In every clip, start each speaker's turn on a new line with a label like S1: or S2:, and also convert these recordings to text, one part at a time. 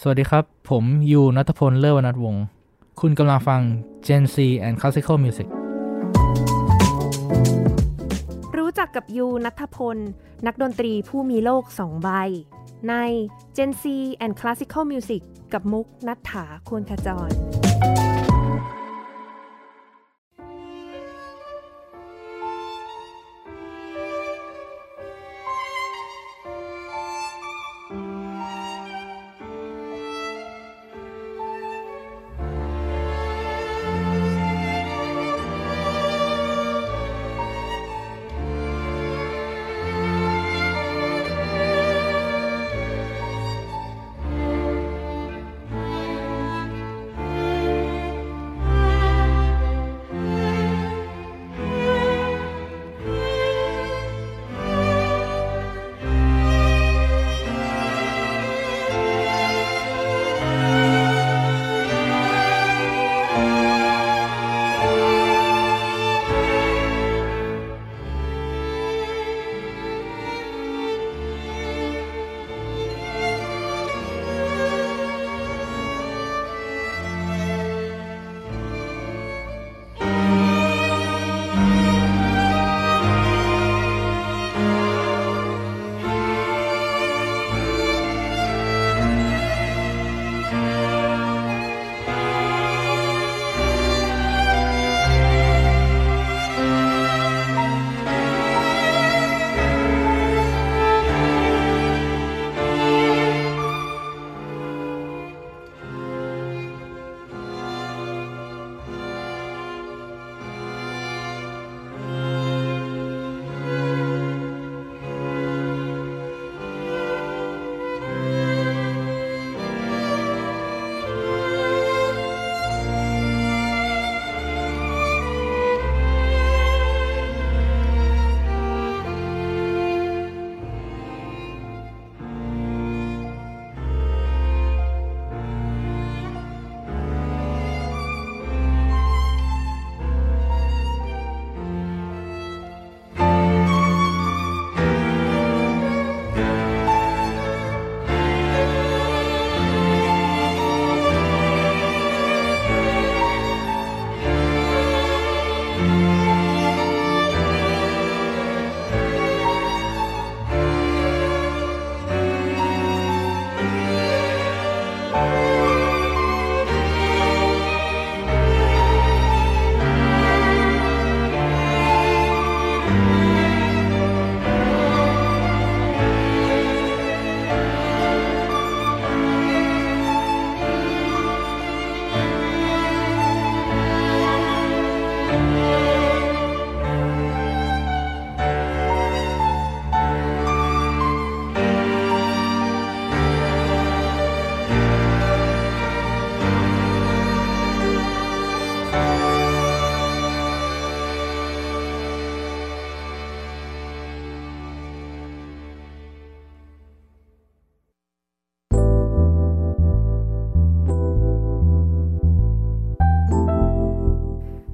S1: สวัสดีครับ ผมยูนัทพล เลิศวนัทวงศ์คุณกำลังฟัง Gen C and Classical Music
S2: รู้จักกับยูนัทพล นักดนตรีผู้มีโลกสองใบ ใน Gen C and Classical Music กับมุกนัทถาควรขจร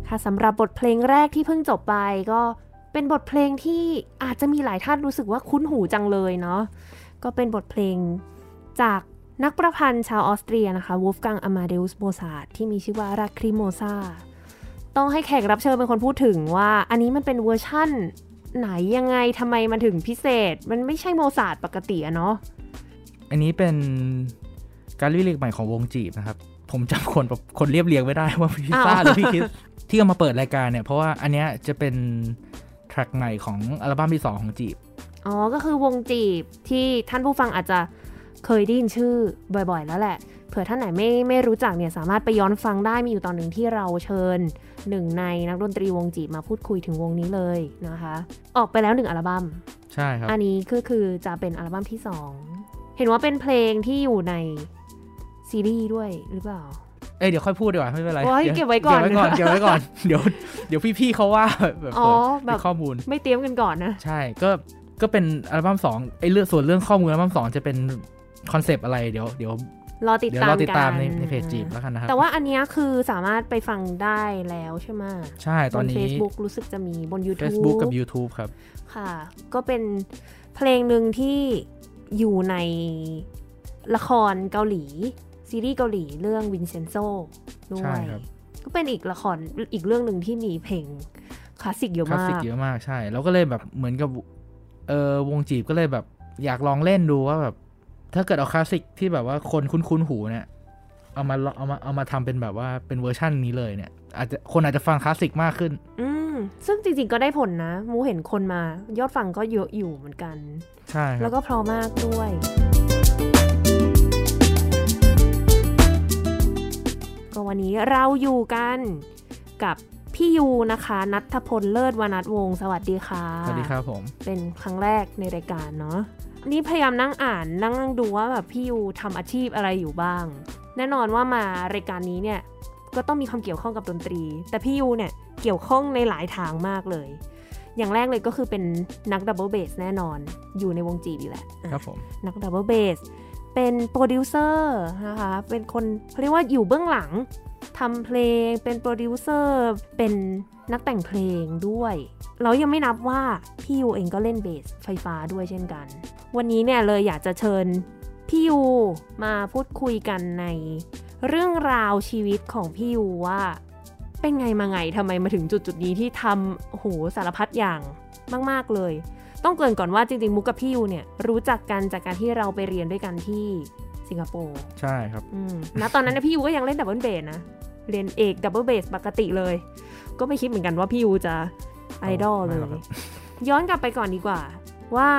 S2: ค่ะสำหรับบทเพลงแรกที่เพิ่งจบไปก็เป็นบทเพลงที่อาจจะมีหลายท่านรู้สึกว่าคุ้นหูจังเลยเนาะก็เป็นบทเพลงจากนักประพันธ์ชาวออสเตรียนะคะวูฟกังอามาเดอุสโบซาที่มีชื่อว่าราคริโมซาต้องให้แขกรับเชิญเป็นคนพูดถึงว่าอันนี้มันเป็นเวอร์ชั่น ไหนยังไงทำไมมันถึงพิเศษ มันไม่ใช่โมซาร์ทปกติอะเนาะ
S1: อันนี้เป็นการรีเรียกใหม่ของวงจีบนะครับ ผมจำคนแบบคนเรียบเรียงไม่ได้ว่าพี่ซ่า หรือพี่คิด ที่เอามาเปิดรายการเนี่ย เพราะว่าอันเนี้ยจะเป็นแทร็กใหม่ของอัลบั้มที่ 2 ของจีบ
S2: อ๋อก็คือวงจีบที่ท่านผู้ฟังอาจจะเคยได้ยินชื่อบ่อยๆ แล้วแหละ เผื่อท่านไหนไม่ไม่รู้จักเนี่ยสามารถไปย้อนฟังได้มีอยู่ตอนหนึ่งที่เราเชิญหนึ่งในนักดนตรีวงจีบมาพูดคุยถึงวงนี้เลยนะคะ ออกไปแล้วหนึ่งอัลบั้ม
S1: ใช่ครับ
S2: อันนี้ก็คือจะเป็นอัลบั้มที่สอง เห็นว่าเป็นเพลงที่อยู่ในซีรีส์ด้วยหรือเปล่า
S1: เอ้ยเดี๋ยวค่อยพูดดีกว่าไม่เป็นไร
S2: โอ้ย
S1: ดี๋
S2: เก็บไว้ก่อน
S1: เก็บไว้ก่อนเดี๋ยวเดี๋ยวพี่ๆเขาว่าแบบ
S2: อ๋อ
S1: เปิด
S2: แบบ
S1: ข้อมูล
S2: ไม่เตรียมกันก่อนนะ
S1: ใช่ก็ก็เป็นอัลบั้มสองไอ้เรื่องส่วนเรื่องข้อมูลอัลบั้มสองจะเป็นคอนเซปต์อะไรเดี๋ยวเดี๋ยว
S2: รอติด
S1: เดี๋ยว
S2: ตาม
S1: ร
S2: กั
S1: อน ติดตามในในเพจจีบแล้วกันนะครับ
S2: แต่ว่าอันเนี้ยคือสามารถไปฟังได้แล้วใช่ไหม
S1: ใช่ตอน
S2: บ
S1: นี้
S2: Facebook รู้สึกจะมีบน YouTube
S1: Facebook กับ YouTube ครับ
S2: ค่ะ ก็เป็นเพลงหนึ่งที่อยู่ใน ละครเกาหลี ซีรีส์เกาหลีเรื่องวินเซนโซด้
S1: ใช่
S2: วย
S1: ครับ
S2: ก็เป็นอีกละครอีกเรื่องหนึ่งที่มีเพลงคลาสสิกเยอะ
S1: คลาส
S2: มาก
S1: สิกเยอะมากใช่ แล้วก็เลยแบบเหมือนกับเออวงจีบก็เลยแบบอยากลองเล่นดูว่าแบบ ถ้าเกิดเอาคลาสสิกที่แบบว่าคนคุ้นๆหูเนี่ย เอามาเอามาเอามาทำเป็นแบบว่าเป็นเวอร์ชั่นนี้เลยเนี่ย อาจจะคนอาจจะฟังคลาสสิกมากขึ้น
S2: อืมซึ่งจริงๆก็ได้ผลนะ มูเห็นคนมา ยอดฟังก็เยอะอยู่เหมือนกัน
S1: ใช่ครับ
S2: แล้วก็เพราะมากด้วย ก็วันนี้เราอยู่กันกับพี่ยูนะคะ นัทพลเลิศวนัทวงศ์สวัสดีค่ะ
S1: สวัสดีครับผม
S2: เป็นครั้งแรกในรายการเนาะอันนี่พยายามนั่งอ่านนั่งดูว่าแบบพี่ยูทำอาชีพอะไรอยู่บ้าง แน่นอนว่ามารายการนี้เนี่ย ก็ต้องมีความเกี่ยวข้องกับดนตรี แต่พี่ยูเนี่ยเกี่ยวข้องในหลายทางมากเลย อย่างแรกเลยก็คือเป็นนักดับเบิลเบสแน่นอน อยู่ในวงจีบอยู่แหละ
S1: ครับผม
S2: นักดับเบิลเบส เป็นโปรดิวเซอร์นะคะ เป็นคนเขาเรียกว่าอยู่เบื้องหลัง ทำเพลง เป็นโปรดิวเซอร์ เป็นนักแต่งเพลงด้วย เรายังไม่นับว่า พี่ยูเองก็เล่นเบสไฟฟ้าด้วยเช่นกัน วันนี้เนี่ยเลยอยากจะเชิญพี่ยูมาพูดคุยกันในเรื่องราวชีวิตของพี่ยูว่า เป็นไงมาไงทำไมมาถึงจุดจุดๆนี้ที่ทำโอ้โหสารพัดอย่างมาก ๆ เลย ต้องเกรินก่อนว่าจริง ๆ มุกกับพี่ยูเนี่ยรู้จักกันจากการที่เราไปเรียนด้วยกันที่สิงคโปร์
S1: ใช่ครับ
S2: อืมณตอนนั้นเนยพี่ยูก็ยังเล่นดับเบิลเบสนะ เรียนเอกดับเบิลเบสปกติเลย ก็ไม่คิดเหมือนกันว่าพี่ยูจะไอดอล
S1: ไม่
S2: เลย
S1: หรอกครับ
S2: ย้อนกลับไปก่อนดีกว่า ว่า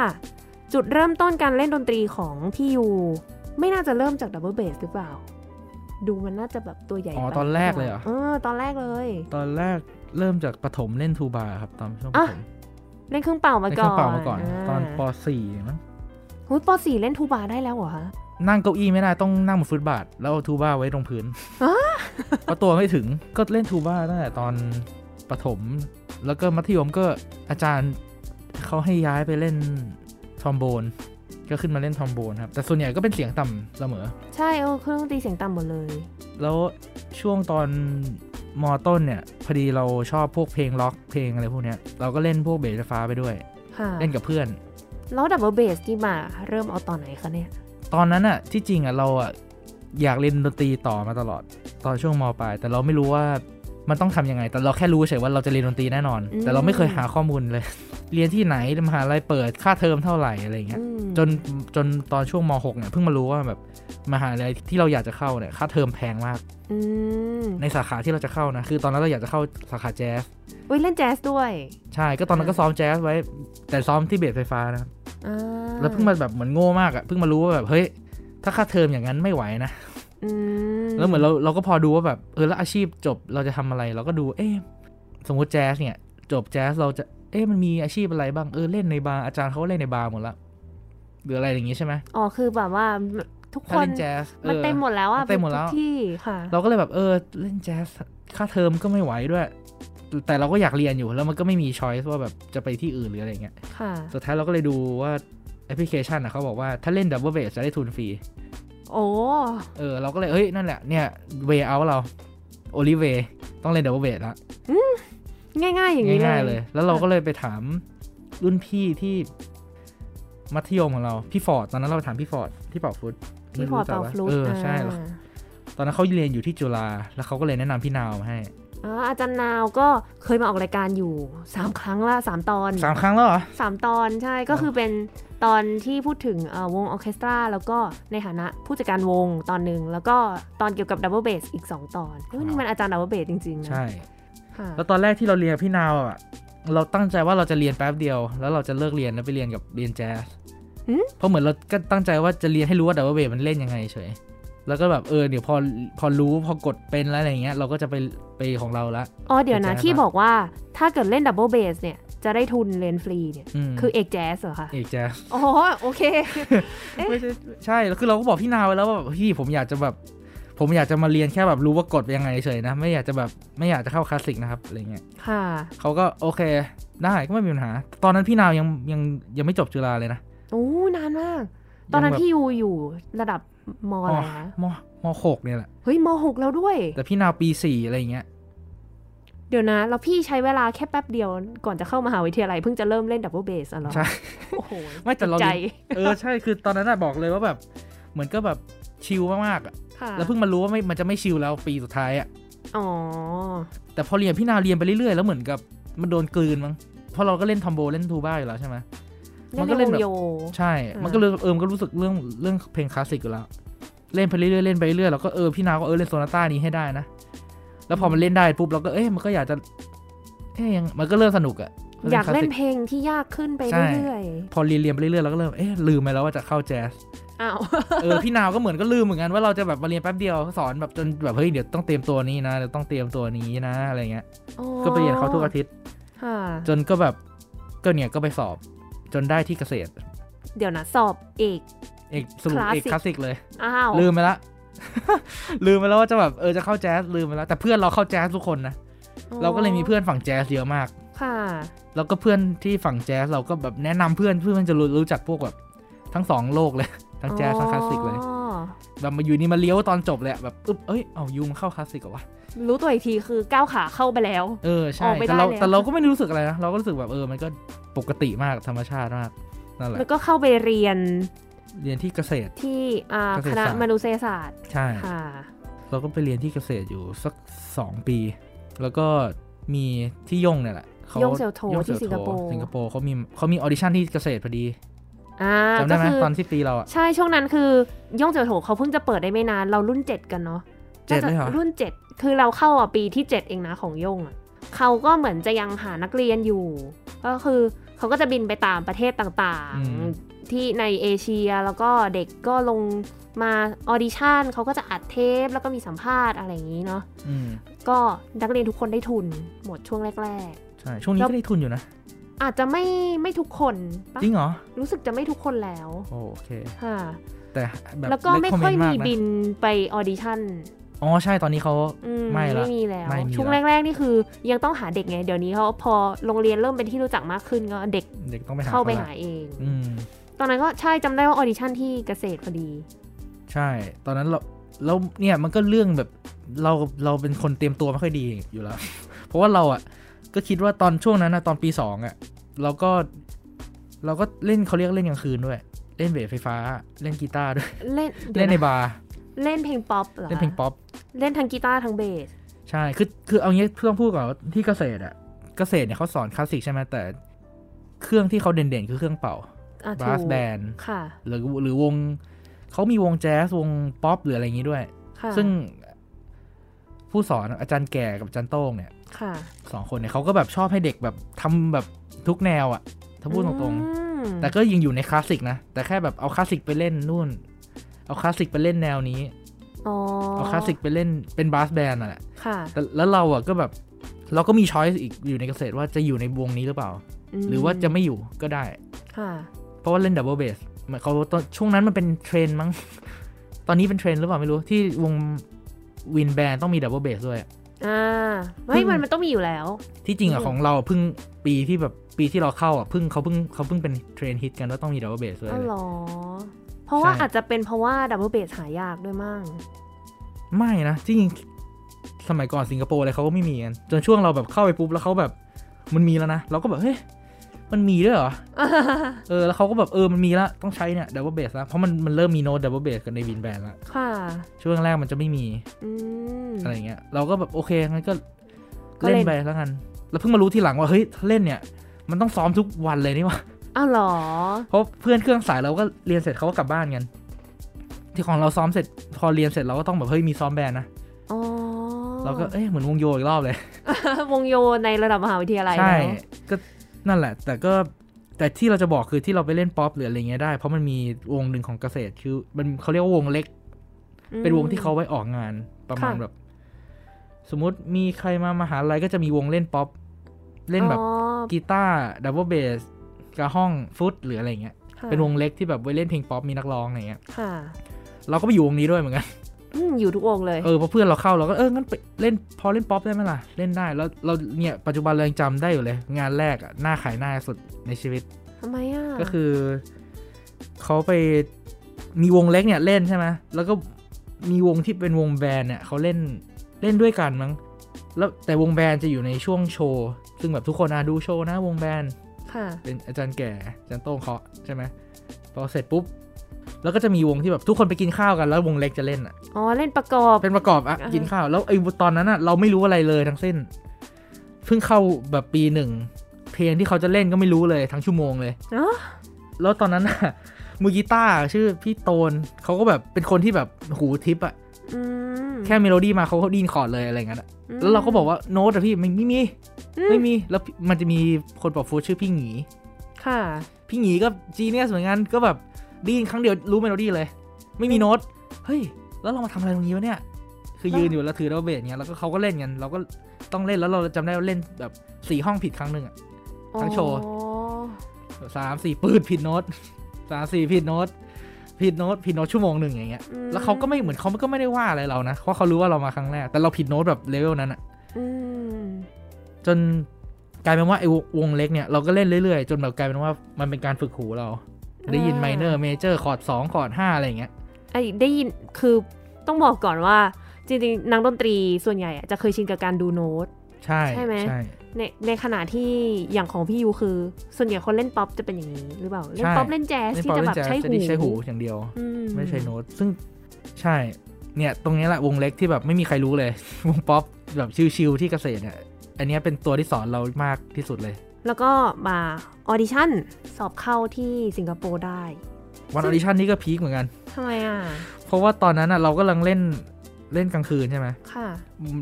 S2: จุดเริ่มต้นการเล่นดนตรีของพี่ยูไม่น่าจะเริ่มจากดับเบิลเบสหรือเปล่า ดูมันน่าจะแบบตัวใหญ่
S1: อ๋อ
S2: ไป
S1: ตอนแรกเลยเหรอ
S2: เออตอนแรกเลย
S1: ตอนแรกเริ่มจากปฐมเล่นทูบาครับตอนช่วงป
S2: อ่ะ
S1: ฐม
S2: เล่นเครื่องเป่ามา
S1: เล่นเค
S2: ก่
S1: รื่อนง
S2: อ
S1: เป่ามาก่อน ตอนป
S2: า
S1: .4 มั้ง
S2: หูยปสี่เล่นทูบาได้แล้วเหรอคะ
S1: นั่งเก้าอี้ไม่ได้ต้องนั่งบนฟุตบาท แล้วเอาทูบาไว้ตรงพื้นเพราะตัวไม่ถึงก็เล่นทูบาตั้งแต่ตอนปฐมแล้วก็มัธยมก็อาจารย์เขาให้ย้ายไปเล่นทรอมโบน ก็ขึ้นมาเล่นทรอมโบนครับ แต่ส่วนใหญ่ก็เป็นเสียงต่ำเสมอ
S2: ใช่เออเครื่องดนตรีเสียงต่ำหมดเลย
S1: แล้วช่วงตอนมอต้นเนี่ย พอดีเราชอบพวกเพลงล็อกเพลงอะไรพวกเนี้ยเราก็เล่นพวกเบสไฟฟ้าไปด้วย
S2: ค่ะ
S1: เล่นกับเพื่อน
S2: แล้วดับเบิลเบสที่มาเริ่มเอาตอนไหนคะเนี่ย
S1: ตอนนั้นอะที่จริงอะเราอะอยากเล่นดนตรีต่อมาตลอด ตอนช่วงมปลายแต่เราไม่รู้ว่ามันต้องทำยังไง แต่เราแค่รู้เฉยว่าเราจะเรียนดนตรีแน่นอน
S2: อืม
S1: แต่เราไม่เคยหาข้อมูลเลย เรียนที่ไหนมหาลัยเปิดค่าเทอมเท่าไหร่อะไรเงี้ย
S2: อืม
S1: จนจนตอนช่วงมหกเนี่ยเพิ่งมารู้ว่าแบบมหาลัยที่เราอยากจะเข้าเนี่ยค่าเทอมแพงมาก
S2: อืม
S1: ในสาขาที่เราจะเข้านะคือตอนนั้นเราอยากจะเข้าสาขาแจ๊ส
S2: เว้ยเล่นแจ๊สด้วย
S1: ใช่ ก็ตอนนั้นก็ซ้อมแจ๊สไว้ แต่ซ้อมที่เบสไฟฟ้านะครับ
S2: อ่า
S1: แล้วเพิ่งมาแบบเหมือนโง่มากอะเพิ่งมารู้ว่าแบบ เฮ้ย ถ้าค่าเทอมอย่างนั้นไม่ไหวนะ
S2: อืม
S1: แล้วเหมือนเราเราก็พอดูว่าแบบ เออ แล้วอาชีพจบเราจะทำอะไร เราก็ดู เอ๊ะสมมติแจ๊สเนี่ย จบแจ๊สเราจะ เอ๊ะมันมีอาชีพอะไรบ้าง เออ เล่นในบาร์ อาจารย์เขาก็เล่นในบาร์หมดละ หรืออะไรอย่างงี้ใช่ไหม
S2: อ๋อคือแบบว่าทุกค
S1: ถ้าน เล่นแจ๊สออ
S2: มันเต็มหมดแล้วอะ
S1: มันเต็มหมดแล้ว
S2: ทุกที่ค่ะ
S1: เราก็เลยแบบ เออ เล่นแจ๊ส ค่าเทอมก็ไม่ไหวด้วย แต่เราก็อยากเรียนอยู่ แล้วมันก็ไม่มีช้อยส์ว่าแบบจะไปที่อื่นหรืออะไรอย่างเงี้ย
S2: ค่ะ
S1: สุดท้ายเราก็เลยดูว่าแอปพลิเคชันอ่ะเขาบอกว่าถ้าเล่นดับเบิลเบสจะได้ทุนฟรี
S2: โอ้
S1: เออ เราก็เลย เฮ้ย นั่นแหละ เนี่ยเวเอาเราโอลิเวต้องเล่นดับเบิลเบสละ
S2: ง่ายๆอย่างนี้
S1: ง่ายๆเลย แล้วเราก็เลยไปถามรุ่นพี่ที่มัธยมของเรา พี่ฟอร์ด ตอนนั้นเราไปถามพี่ฟอร์ด ที่เป่าฟลุต
S2: พี่พอร์ต
S1: จั
S2: เป่าฟลุต
S1: เออใช่
S2: อ่า
S1: ตอนนั้นเขาเรียนอยู่ที่จุฬาแล้วเขาก็เลยแนะนำพี่นาวมาให้
S2: อ๋ออาจารย์นาวก็เคยมาออกรายการอยู่สามครั้งละสามตอน
S1: สามครั้งแล้วเหรอ
S2: สามตอนใช่ก็คือเป็นตอนที่พูดถึงเอ่อวงออร์เคสตรา แล้วก็ในฐานะผู้จัดการวงตอนหนึ่ง แล้วก็ตอนเกี่ยวกับดับเบิลเบสอีก 2 ตอนเอ้ย
S1: ว้าว
S2: นี่มันอาจารย์ดับเบิลเบสจริงๆนะ
S1: ใช่
S2: ค่ะ
S1: แล้วตอนแรกที่เราเรียนกับพี่นาวอ่ะ เราตั้งใจว่าเราจะเรียนแป๊บเดียว แล้วเราจะเลิกเรียนแล้วไปเรียนกับเรียนแจ๊สเพราะเหมือนเราก็ตั้งใจว่าจะเรียนให้รู้ว่าดับเบิลเบสมันเล่นยังไงเฉย แล้วก็แบบเออเดี๋ยวพอพอรู้พอกดเป็นแล้วอะไรอย่างเงี้ยเราก็จะไปไปของเราละ
S2: อ๋อเดี๋ยวนะ
S1: เป็นแจ๊ส
S2: ที่บอกว่าถ้าเกิดเล่นดับเบิลเบสเนี่ย จะได้ทุนเรียนฟรีเนี่ย
S1: ม
S2: คือเอกแจ๊สเหรอคะ
S1: เอกแจ๊ส
S2: อ๋อโอเค เอ๊ะ
S1: ไม่ใช่ใช่แล้วคือเราก็บอกพี่นาวไว้แล้วว่าแบบพี่ผมอยากจะแบบ ผมอยากจะมาเรียนแค่แบบรู้ว่ากดยังไงเฉยนะไม่อยากจะแบบไม่อยากจะเข้าคลาสสิกนะครับอะไรเงี้ย
S2: ค่ะ
S1: เขาก็โอเคได้ก็ไม่มีปัญหา ตอนนั้นพี่นาวยังยังยังไม่จบจุฬาเลยนะ
S2: โอ้นานมาก ตอนนั้น
S1: ยังแบบ
S2: พี่ยูอยู่ระดับมอะไรคะ
S1: มมหกเนี่ยแหละ
S2: เฮ้ยมหกแล้วด้วย
S1: แต่พี่นาวปีสี่อะไรอย่างเงี้ย
S2: เดี๋ยวนะแล้วพี่ใช้เวลาแค่แป๊บเดียวก่อนจะเข้ามหาวิทยาลัยเพิ่งจะเริ่มเล่นดับเบิลเบสอ่ะเหรอ
S1: ใช่
S2: โอ้โห
S1: ไม่แต่เรา
S2: จิตใจ
S1: เออ ใช่คือตอนนั้นน่ะบอกเลยว่าแบบ เหมือนก็แบบชิลมากๆอะ
S2: ค่ะ
S1: แล้วเพิ่งมารู้ว่าไม่มันจะไม่ชิลแล้วปีสุดท้ายอะ
S2: อ๋อ
S1: แต่พอเรียนพี่นาวเรียนไปเรื่อยๆ แล้วเหมือนกับมันโดนกลืนมั้งเพราะเราก็เล่นทอมโบเล่นทูบ้าอยู่แล้วใช่ไหม มั
S2: เล่
S1: น
S2: น
S1: ก็
S2: ใน
S1: เล่น
S2: วง
S1: แบบ
S2: โย
S1: ใช่
S2: อ่ามั
S1: มันก็เลยเออมนก็รู้สึกเรื่องเรื่องเพลงคลาสสิกอยู่แล้ว เล่นไปเรื่อยๆเล่นไปเรื่อยๆแล้วก็เออพี่นาวก็เออเล่นโซนาต้านี้ให้ได้นะ แล้วพอมันเล่นได้ปุ๊บเราก็เอ๊ะมันก็อยากจะเอ๊ะยังมันก็เริ่มสนุกอะ
S2: อยากเล่น
S1: คสสิ
S2: เพลงที่ยากขึ้นไป
S1: ใช่
S2: เรื่อย
S1: พอเรียนเรียนไปเรื่อยๆเราก็เริ่มเอ๊ะลืมไปแล้วว่าจะเข้าแจ๊ส
S2: ๆอ้าว
S1: เอ อพี่นาวก็เหมือนก็ลืมเหมือนกันว่าเราจะแบบมาเรียนแป๊บเดียวสอนแบบจนแบบเฮ้ยเดี๋ยวต้องเตรียมตัวนี้นะเดี๋ยวต้องเตรียมตัวนี้นะอะไรเงี้ยก็ไปเรียนเขาทุกอาทิตย์
S2: ค่ะ
S1: จนก็แบบก็เนี่ยก็ไปสอบ จนได้ที่เกษตร
S2: เดี๋ยวนะ สอบเอก
S1: เอกสรุปเอกคลาสสิกเลย
S2: อ้าว
S1: ลืมไปละ ลืมไปแล้วว่าจะแบบเออจะเข้าแจ๊สลืมไปแล้วแต่เพื่อนเราเข้าแจ๊สทุกคนนะเราก็เลยมีเพื่อนฝั่งแจ๊สเยอะมาก
S2: ค่ะ
S1: แล้วก็เพื่อนที่ฝั่งแจ๊สเราก็แบบแนะนำเพื่อนเพื่อนมันจะรู้รู้จักพวกแบบทั้งสองโลกเลย ทั้งแจ๊สทั้งคลาสสิกเลย
S2: อ๋อ
S1: แบบมาอยู่นี่มาเลี้ยวตอนจบเลยอะแบบอึ๊บเอ้ยเอายูมนเข้าคลาสสิกเหรอวะ
S2: รู้ตัวอีกทีคือก้าวขาเข้าไปแล้ว
S1: เออ
S2: อ
S1: ใช่
S2: อกไม่ได้
S1: แต่เรา
S2: แล้ว
S1: แต่เราก็ไม่ได้รู้สึกอะไรนะเราก็รู้สึกแบบเออมันก็ปกติมากธรรมชาติมากนั่นแหละ
S2: แล้วก็เข้าไปเรียน
S1: เรียนที่เกษตร
S2: ที่อ่า
S1: เกษตร
S2: ค
S1: ศาสตร์
S2: ณะมนุษยศาสตร์
S1: ใช่
S2: ค่ะ
S1: เราก็ไปเรียนที่เกษตรอยู่สักสองปี แล้วก็มีที่ย่งเนี่ยแหละขา
S2: ย่งเสี่ยวโถ
S1: งเสี่ยว
S2: ที่สิงคโปร์
S1: สิงคโปร์เขามีเขามีออดิชั่นที่เกษตรพอดี
S2: อ่า
S1: จำได้
S2: ก็
S1: ไหม
S2: คือ
S1: ตอนที่ปีเราอะ
S2: ใช่ช่วงนั้นคือย่องเจียวโถเขาเพิ่งจะเปิดได้ไม่นานเรารุ่นเจ็ดกันเนาะ
S1: เจ็ดเลยเหรอ
S2: น่าจะรุ่นเจ็ดคือเราเข้าอ่ะปีที่เจ็ดเองนะของย่งอ่ะเขาก็เหมือนจะยังหานักเรียนอยู่ ก็คือเขาก็จะบินไปตามประเทศต่าง
S1: อืม
S2: ๆ ที่ในเอเชียแล้วก็เด็กก็ลงมาออดิชั่นเขาก็จะอัดเทปแล้วก็มีสัมภาษณ์อะไรอย่างนี้เนาะ
S1: อืม
S2: ก็นักเรียนทุกคนได้ทุนหมดช่วงแรก
S1: ใช่ช่วงนี้
S2: แล้ว
S1: ก็ได้ทุนอยู่นะ
S2: ๆ อาจจะไม่ไม่ทุกคนปะ
S1: จริงเหรอ
S2: รู้สึกจะไม่ทุกคนแล้ว
S1: โอ้โอเค
S2: ค่ะ
S1: แต่แบบ
S2: แล้วก็ไม่ค่อยมีบิ
S1: น
S2: นไปออดิชั่น
S1: อ๋อใช่ตอนนี้เขา
S2: อื
S1: ไม่ละ
S2: ไม่มีแล้ว
S1: ไม่มีละ
S2: ช่วงแรก ๆ นี่คือยังต้องหาเด็กไง เดี๋ยวนี้เขาพอโรงเรียนเริ่มเป็นที่รู้จักมากขึ้นก็เด็ก
S1: เด็กต้องไปหา
S2: เข้าไป
S1: ละ
S2: หาเอง
S1: อืม
S2: ตอนนั้นก็ใช่จำได้ว่าออดิชั่นที่เกษตรพอดี
S1: ใช่ ตอนนั้นเราแล้วเนี่ยมันก็เรื่องแบบเราเราเป็นคนเตรียมตัวไม่ค่อยดีอยู่แล้ว เพราะว่าเราอ่ะก็คิดว่าตอนช่วงนั้นนะตอนปีสองอ่ะเราก็เราก็เล่นเขาเรียกเล่นกลางคืนด้วย เล่นเบสไฟฟ้า เล่นกีตาร์ด้วย
S2: เล่นดี๋ย
S1: เล่
S2: วน นะ
S1: ในบาร์
S2: เล่นเพลงป๊อปเหรอ
S1: เล่นเพลงป๊อป
S2: เล่นทั้งกีตาร์ทั้งเบส
S1: ใช่คือคือเอางี้เพื่อนพูดก่อนว่าที่เกษตรอ่ะเกษตรเนี่ยเขาสอนคลาสสิกใช่ไหมแต่ เครื่องที่เขาเด่นๆคือเครื่องเป่า
S2: อ่ะ
S1: บาส
S2: ถูก
S1: แบน
S2: ค่ะ
S1: หรือหรือวงเขามีวงแจ๊สวงป๊อปหรืออะไรอย่างนี้ด้วย
S2: ค่ะ
S1: ซึ่งผู้สอนอาจารย์แก่กับอาจารย์โต้งเนี่ย
S2: ค่ะ
S1: สองคนเนี่ยเขาก็แบบชอบให้เด็กแบบทำแบบทุกแนวอะถ้าพูดตรง
S2: อืม
S1: ๆ แต่ก็ยังอยู่ในคลาสสิกนะ แต่แค่แบบเอาคลาสสิกไปเล่นนู่น เอาคลาสสิกไปเล่นแนวนี้
S2: อ๋อ
S1: เอาคลาสสิกไปเล่นเป็นบาสแบนด์น่ะแหละ
S2: ค่ะ
S1: แต่แล้วเราอะก็แบบ เราก็มีช้อยส์อีกอยู่ในเกษตรว่าจะอยู่ในวงนี้หรือเปล่า
S2: ม
S1: หรือว่าจะไม่อยู่ก็ได้
S2: ค่ะ
S1: เพราะว่าเล่นดับเบิลเบสมันเขาตอนช่วงนั้นมันเป็นเทรนด์มั้ง ตอนนี้เป็นเทรนด์หรือเปล่าไม่รู้ที่วงวินแบนต้องมีดับเบิลเบสด้วยอะ
S2: อ่าเฮ้ย
S1: ซึ่ง
S2: มันมันต้องมีอยู่แล้ว
S1: ที่จริง
S2: อื
S1: อ่ะ
S2: ม
S1: ของเราอะเพิ่งปีที่แบบปีที่เราเข้าอ่ะเพิ่งเขาเพิ่งเขาเพิ่งเป็นเทรนด์ฮิตกันว่าต้องมีดับเบิลเบสด้วย
S2: อ๋อ
S1: เล
S2: เหร
S1: ย
S2: อ เพราะว่า
S1: ใช่
S2: อาจจะเป็นเพราะว่าดับเบิลเบสหายากด้วยมั่ง
S1: ไม่นะที่จริงสมัยก่อนสิงคโปร์อะไรเขาก็ไม่มีกันจนช่วงเราแบบเข้าไปปุ๊บแล้วเขาแบบมันมีแล้วนะ เราก็แบบเฮ้ยมันมีด้วยเหร อ เออแล้วเขาก็แบบเออมันมีแล้วต้องใช้เนี่ยดับเบิลเบสละเพราะมันมันเริ่มมีโน้ตดับเบิลเบสกันในวินแบนละ
S2: ค่ะ
S1: ช่วงแรกมันจะไม่มี
S2: อืม
S1: อะไรเงี้ยเราก็แบบโอเคงั้นก็
S2: ก็เล่น
S1: เล่นไปแล้วกันแล้วเพิ่งมารู้ทีหลังว่าเฮ้ยถ้าเล่นเนี่ย มันต้องซ้อมทุกวันเลยนี่หว่า
S2: อ้าวเหรอ
S1: เพราะเพื่อนเครื่องสายเราก็เรียนเสร็จเขาก็กลับบ้านกัน ที่ของเราซ้อมเสร็จ พอเรียนเสร็จเราก็ต้องแบบเฮ้ยมีซ้อมแบนด์นะ
S2: อ๋อ
S1: เราก็เอ๊ะเหมือนวงโยอีกรอบเลย
S2: วงโยในระดับมหาวิทยาลัย
S1: ใช่
S2: เนอะ
S1: ก็นั่นแหละ แต่ก็แต่ที่เราจะบอกคือที่เราไปเล่นป๊อปหรืออะไรเงี้ยได้ เพราะมันมีวงหนึ่งของเกษตรคือมันเขาเรียกว่าวงเล็ก
S2: อืม
S1: เป็นวงที่เขาไว้ออกงานประมาณ
S2: ค่ะ
S1: แบบ สมมติมีใครมามหาลัยก็จะมีวงเล่นป๊อปเล่นแบบ
S2: อ๋อ
S1: กีตาร์ดับเบิลเบสกระห้องฟุตหรืออะไรเงี้ย
S2: ค่ะ
S1: เป็นวงเล็กที่แบบไว้เล่นเพลงป๊อปมีนักร้องอะไรเงี้ย
S2: ค่ะ
S1: เราก็ไปอยู่วงนี้ด้วยเหมือนกัน
S2: อืมอยู่ทุกวงเลย
S1: เออพอเพื่อนเราเข้าเราก็เอองั้นไปเล่นพอเล่นป๊อปได้ไหมล่ะ เล่นได้แล้วเราเนี่ยปัจจุบันเรายังจำได้อยู่เลย งานแรกอะหน้าขายหน้าสุดในชีวิต
S2: ทำไมอ่ะ
S1: ก็คือเขาไปมีวงเล็กเนี่ยเล่นใช่ไหมแล้วก็มีวงที่เป็นวงแบนด์เนี่ยเขาเล่นเล่นด้วยกันมั้งแล้วแต่วงแบนด์จะอยู่ในช่วงโชว์ซึ่งแบบทุกคนอ่ะดูโชว์นะวงแบนด์
S2: ค่ะ
S1: เป็นอาจารย์แก่อาจารย์โต้งเคาะใช่ไหมพอเสร็จปุ๊บ แล้วก็จะมีวงที่แบบทุกคนไปกินข้าวกันแล้ววงเล็กจะเล่นอ่ะ
S2: อ๋อเล่นประกอบ
S1: เป็นประกอบอ่ะกินข้าวแล้วไอ้ตอนนั้นอ่ะเราไม่รู้อะไรเลยทั้งสิ้น เพิ่งเข้าแบบปีหนึ่ง เพลงที่เขาจะเล่นก็ไม่รู้เลยทั้งชั่วโมงเลย
S2: เนอะ
S1: แล้วตอนนั้นน่ะมือกีตาร์ชื่อพี่โตนเขาก็แบบเป็นคนที่แบบหูทิปอะ
S2: อืม
S1: แค่เมโลดี้มาเขาก็ดีนคอร์ดเลยอะไรเงี้ยอะ
S2: อืม
S1: แล้วเราก็บอกว่าโน้ตอะพี่ไม่ไม่มี
S2: อื
S1: ไม่มีแล้วมันจะมีคนปรับโฟชื่อพี่หงี
S2: ค่ะ
S1: พี่หงีก็จีเนียสเหมือนกันก็แบบดีนครั้งเดียวรู้เมโลดี้เลย ไม่มีโน้ตเฮ้ย แล้วเรามาทำอะไรตรงนี้วะเนี่ย คือยืนอยู่แล้วถือเราเบสเงี้ยแล้วก็เขาก็เล่นกันเราก็ต้องเล่นแล้วเราจำได้ว่าเล่นแบบสี่ห้องผิดครั้งหนึ่งอะ ทั้งโชว์
S2: อ๋อ
S1: สามสี่ปืดผิดโน้ตสามสี่ผิดโน้ตผิดโน้ตผิดโน้ตชั่วโมงหนึ่งอย่างเงี้ย
S2: อื
S1: แล้วเขาก็ไม่เหมือนเขาก็ไม่ได้ว่าอะไรเรานะ เพราะเขารู้ว่าเรามาครั้งแรก แต่เราผิดโน้ตแบบเลเวลนั้นอะ
S2: อืม
S1: จนกลายเป็นว่าไอ้วงเล็กเนี่ย เราก็เล่นเรื่อยๆ จนแบบกลายเป็นว่ามันเป็นการฝึกหูเรา ได้ยินไมเนอร์เมเจอร์คอร์ดสองคอร์ดห้าอะไรอย่างเงี้ย
S2: ไอ้ได้ยินคือต้องบอกก่อนว่า จริงๆนักดนตรีส่วนใหญ่อะจะเคยชินกับการดูโน้ต
S1: ใช่
S2: ใช่ไหม
S1: ใช่
S2: ในในขณะที่อย่างของพี่ยูคือ ส่วนใหญ่คนเล่นป๊อปจะเป็นอย่างนี้ หรือเปล่า เล่น
S1: ใช่
S2: ป๊อปเล่นแจ๊ส
S1: ไม่
S2: ที่
S1: ปอ
S2: จะ
S1: เล่
S2: แบ
S1: น
S2: บ
S1: แจ๊ส
S2: ใช้
S1: จะ
S2: หู
S1: ดีใช้หูอย่างเดียว
S2: อื
S1: ไม่ใช่โน้ต ซึ่งใช่ เนี่ย ตรงนี้แหละวงเล็กที่แบบไม่มีใครรู้เลย วงป๊อปแบบชิวๆที่เกษตรเนี่ย อันเนี้ยเป็นตัวที่สอนเรามากที่สุดเลย
S2: แล้วก็มาออดิชั่นสอบเข้าที่สิงคโปร์ได้
S1: วัน
S2: ซึ่
S1: อง อดิชั่นนี่ก็พีคเหมือนกัน
S2: ทำไมอ่ะ
S1: เพราะว่าตอนนั้นอ่ะเราก็กำลังเล่นเล่นกลางคืนใช่ไหม
S2: ค่ะ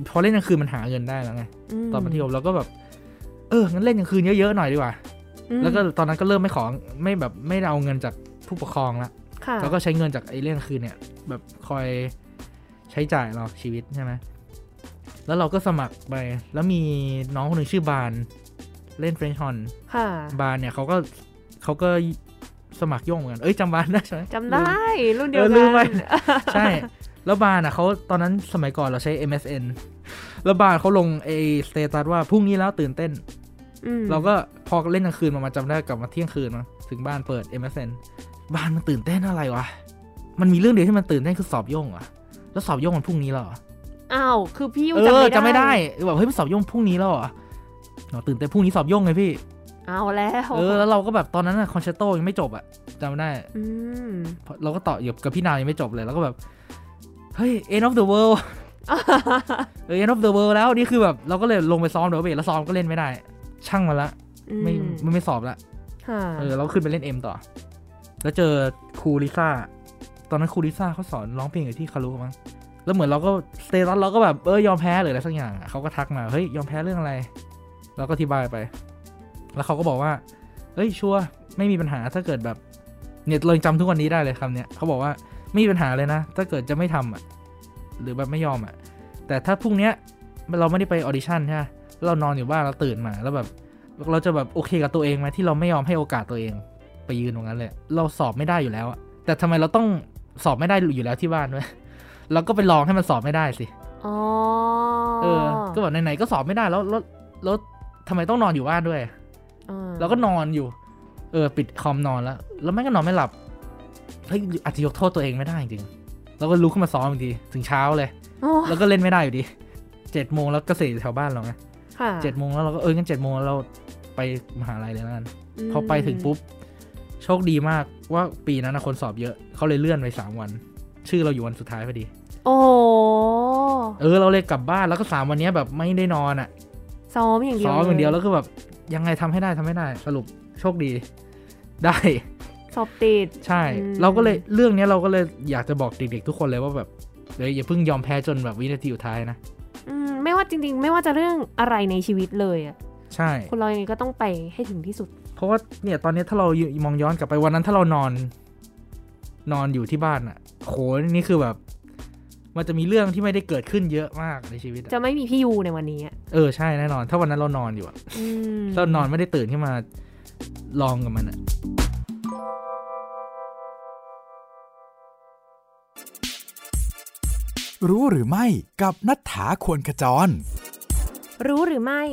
S1: พอเล่นกลางคืนมันหาเงินได้แล้วไง
S2: ม
S1: ตอนมัธยมเราก็แบบ เออ งั้นเล่นกลางคืนเยอะๆหน่อยดีกว่า
S2: อืม
S1: แล้วก็ตอนนั้นก็เริ่มไม่ขอไม่แบบไม่เอาเงินจากผู้ปกครองละ
S2: ค่ะ
S1: เราก็ใช้เงินจากไอ้เรื่องคืนเนี่ย แบบคอยใช้จ่ายเราชีวิตใช่ไหมแล้วเราก็สมัครไป แล้วมีน้องคนหนึ่งชื่อบานเล่นเฟรนช์ฮอน
S2: ค่ะ
S1: บานเนี่ยเขาก็เขาก็สมัครโย่งเหมือนกัน เอ้ยจำบานได้ใช่ไหม
S2: จำได้รุ่นเดียว
S1: เออลืมไป
S2: กัน
S1: ใช่ แล้วบานอ่ะเขาตอนนั้นสมัยก่อนเราใช้ MSN แล้วบานเขาลงไอ้สเตตัสว่าพรุ่งนี้แล้วตื่นเต้น
S2: อืม
S1: เราก็พอเล่นกลางคืนมามาจำได้กลับมาเที่ยงคืนมาถึงบ้านเปิด MSN บ้านมันตื่นเต้นอะไรวะ มันมีเรื่องเดียวที่มันตื่นเต้นคือสอบโย่งเหรอะแล้วสอบโย่งมันพรุ่งนี้แล้วเหรอ
S2: อ้าว คือพี่ยู
S1: เอ
S2: จำ
S1: อจำ
S2: ไม่ได้
S1: ไม่ได้แบบเฮ้ยมันสอบโย่งพรุ่งนี้แล้วเหรอเนอะตื่นเต้นพรุ่งนี้สอบโย่งไงพี่
S2: เอาแล้ว
S1: เออแล้วเราก็แบบตอนนั้นอะคอนแชตโตยังไม่จบอะจำได้
S2: อืม
S1: เพราะเราก็ต่ออยู่กับพี่นาวยังไม่จบเลยแล้วก็แบบเฮ้ย end of the world เออ end of the world แล้วนี่คือแบบเราก็เลยลงไปซ้อมเดี๋ยวเบสแล้วซ้อมก็เล่นไม่ได้ ช่างมันละไม่
S2: อื
S1: ไม่ไม่สอบละ
S2: ค่ะ
S1: เออเราขึ้นไปเล่นเอ็มต่อ แล้วเจอครูลิซ่า ตอนนั้นครูลิซ่าเขาสอนร้องเพลงอยู่ที่คารุมั้ง แล้วเหมือนเราก็สเตตัสเราก็แบบเออยอมแพ้หรืออะไรสักอย่างอะเขาก็ทักมา เฮ้ยยอมแพ้เรื่องอะไร เราก็อธิบายไป แล้วเขาก็บอกว่า เอ้ยชัวร์ไม่มีปัญหาถ้าเกิดแบบเนี่ยเรายังจำทุกวันนี้ได้เลยคำเนี้ยเขาบอกว่าไม่มีปัญหาเลยนะ ถ้าเกิดจะไม่ทำอ่ะ หรือแบบไม่ยอมอ่ะ แต่ถ้าพรุ่งเนี้ยเราไม่ได้ไปออดิชั่นใช่ไหมเรานอนอยู่บ้านเราตื่นมาแล้วแบบ เราจะแบบโอเคกับตัวเองไหมที่เราไม่ยอมให้โอกาสตัวเอง ไปยืนตรงนั้นเลย เราสอบไม่ได้อยู่แล้วอะแต่ทำไมเราต้องสอบไม่ได้อยู่แล้วที่บ้านด้วย เราก็ไปลองให้มันสอบไม่ได้สิ
S2: อ๋อ
S1: เออ ก็แบบไหนๆก็สอบไม่ได้แล้วแล้วแล้วทำไมต้องนอนอยู่บ้านด้วย
S2: อ่า
S1: เราก็นอนอยู่ เออ ปิดคอมนอนแล้ว แล้วแม่งก็นอนไม่หลับเฮ้ยอาจจะยกโทษตัวเองไม่ได้จริงๆแล้วก็ลุกขึ้นมาซ้อมอีกทีถึงเช้าเลย
S2: อ๋อ
S1: แล้วก็เล่นไม่ได้อยู่ดีเจ็ดโมงแล้วก็เสร็จแถวบ้านเราไง
S2: ค่ะ
S1: เจ็ดโมงแล้วเราก็เอองั้นเจ็ดโมงเราไปมหาลัยเลยแล้วกัน
S2: ม
S1: พอไปถึงปุ๊บ โชคดีมากว่าปีนั้นนะคนสอบเยอะเขาเลยเลื่อนไปสามวัน ชื่อเราอยู่วันสุดท้ายพอดี
S2: โอ้โห
S1: เออเราเลยกลับบ้านแล้วก็สามวันเนี้ยแบบไม่ได้นอนอ่ะ
S2: ซ้อมอย่างเดียว
S1: ซ้อมอย่างเดียว
S2: ล
S1: แล้วคือแบบยังไงทำให้ได้ทำให้ได้สรุปโชคดี ได้
S2: สอบติด
S1: ใช่
S2: อืม
S1: เราก็เลยเรื่องเนี้ยเราก็เลยอยากจะบอกเด็กๆทุกคนเลยว่าแบบเดี๋ยวอย่าเพิ่งยอมแพ้จนแบบวินาทีสุดท้ายนะ
S2: อืมไม่ว่าจริง ๆ ไม่ว่าจะเรื่องอะไรในชีวิตเลยอะ
S1: ใช่
S2: คนเรายังไงก็ต้องไปให้ถึงที่สุด
S1: เพราะว่าเนี่ยตอนเนี้ยถ้าเรามองย้อนกลับไปวันนั้นถ้าเรานอน นอนอยู่ที่บ้านอะโหนี่คือแบบ มันจะมีเรื่องที่ไม่ได้เกิดขึ้นเยอะมากในชีวิตอะ
S2: จะไม่มีพี่ยูในวันนี้อะ
S1: เออใช่แน่นอน ถ้าวันนั้นเรานอนอยู่อะ
S2: อืม
S1: ถ้าเรานอนไม่ได้ตื่นขึ้นมาลองกับมันอะ
S3: รู้หรือไม่กับนัฐถาควรขจร
S2: รู้หรือไม่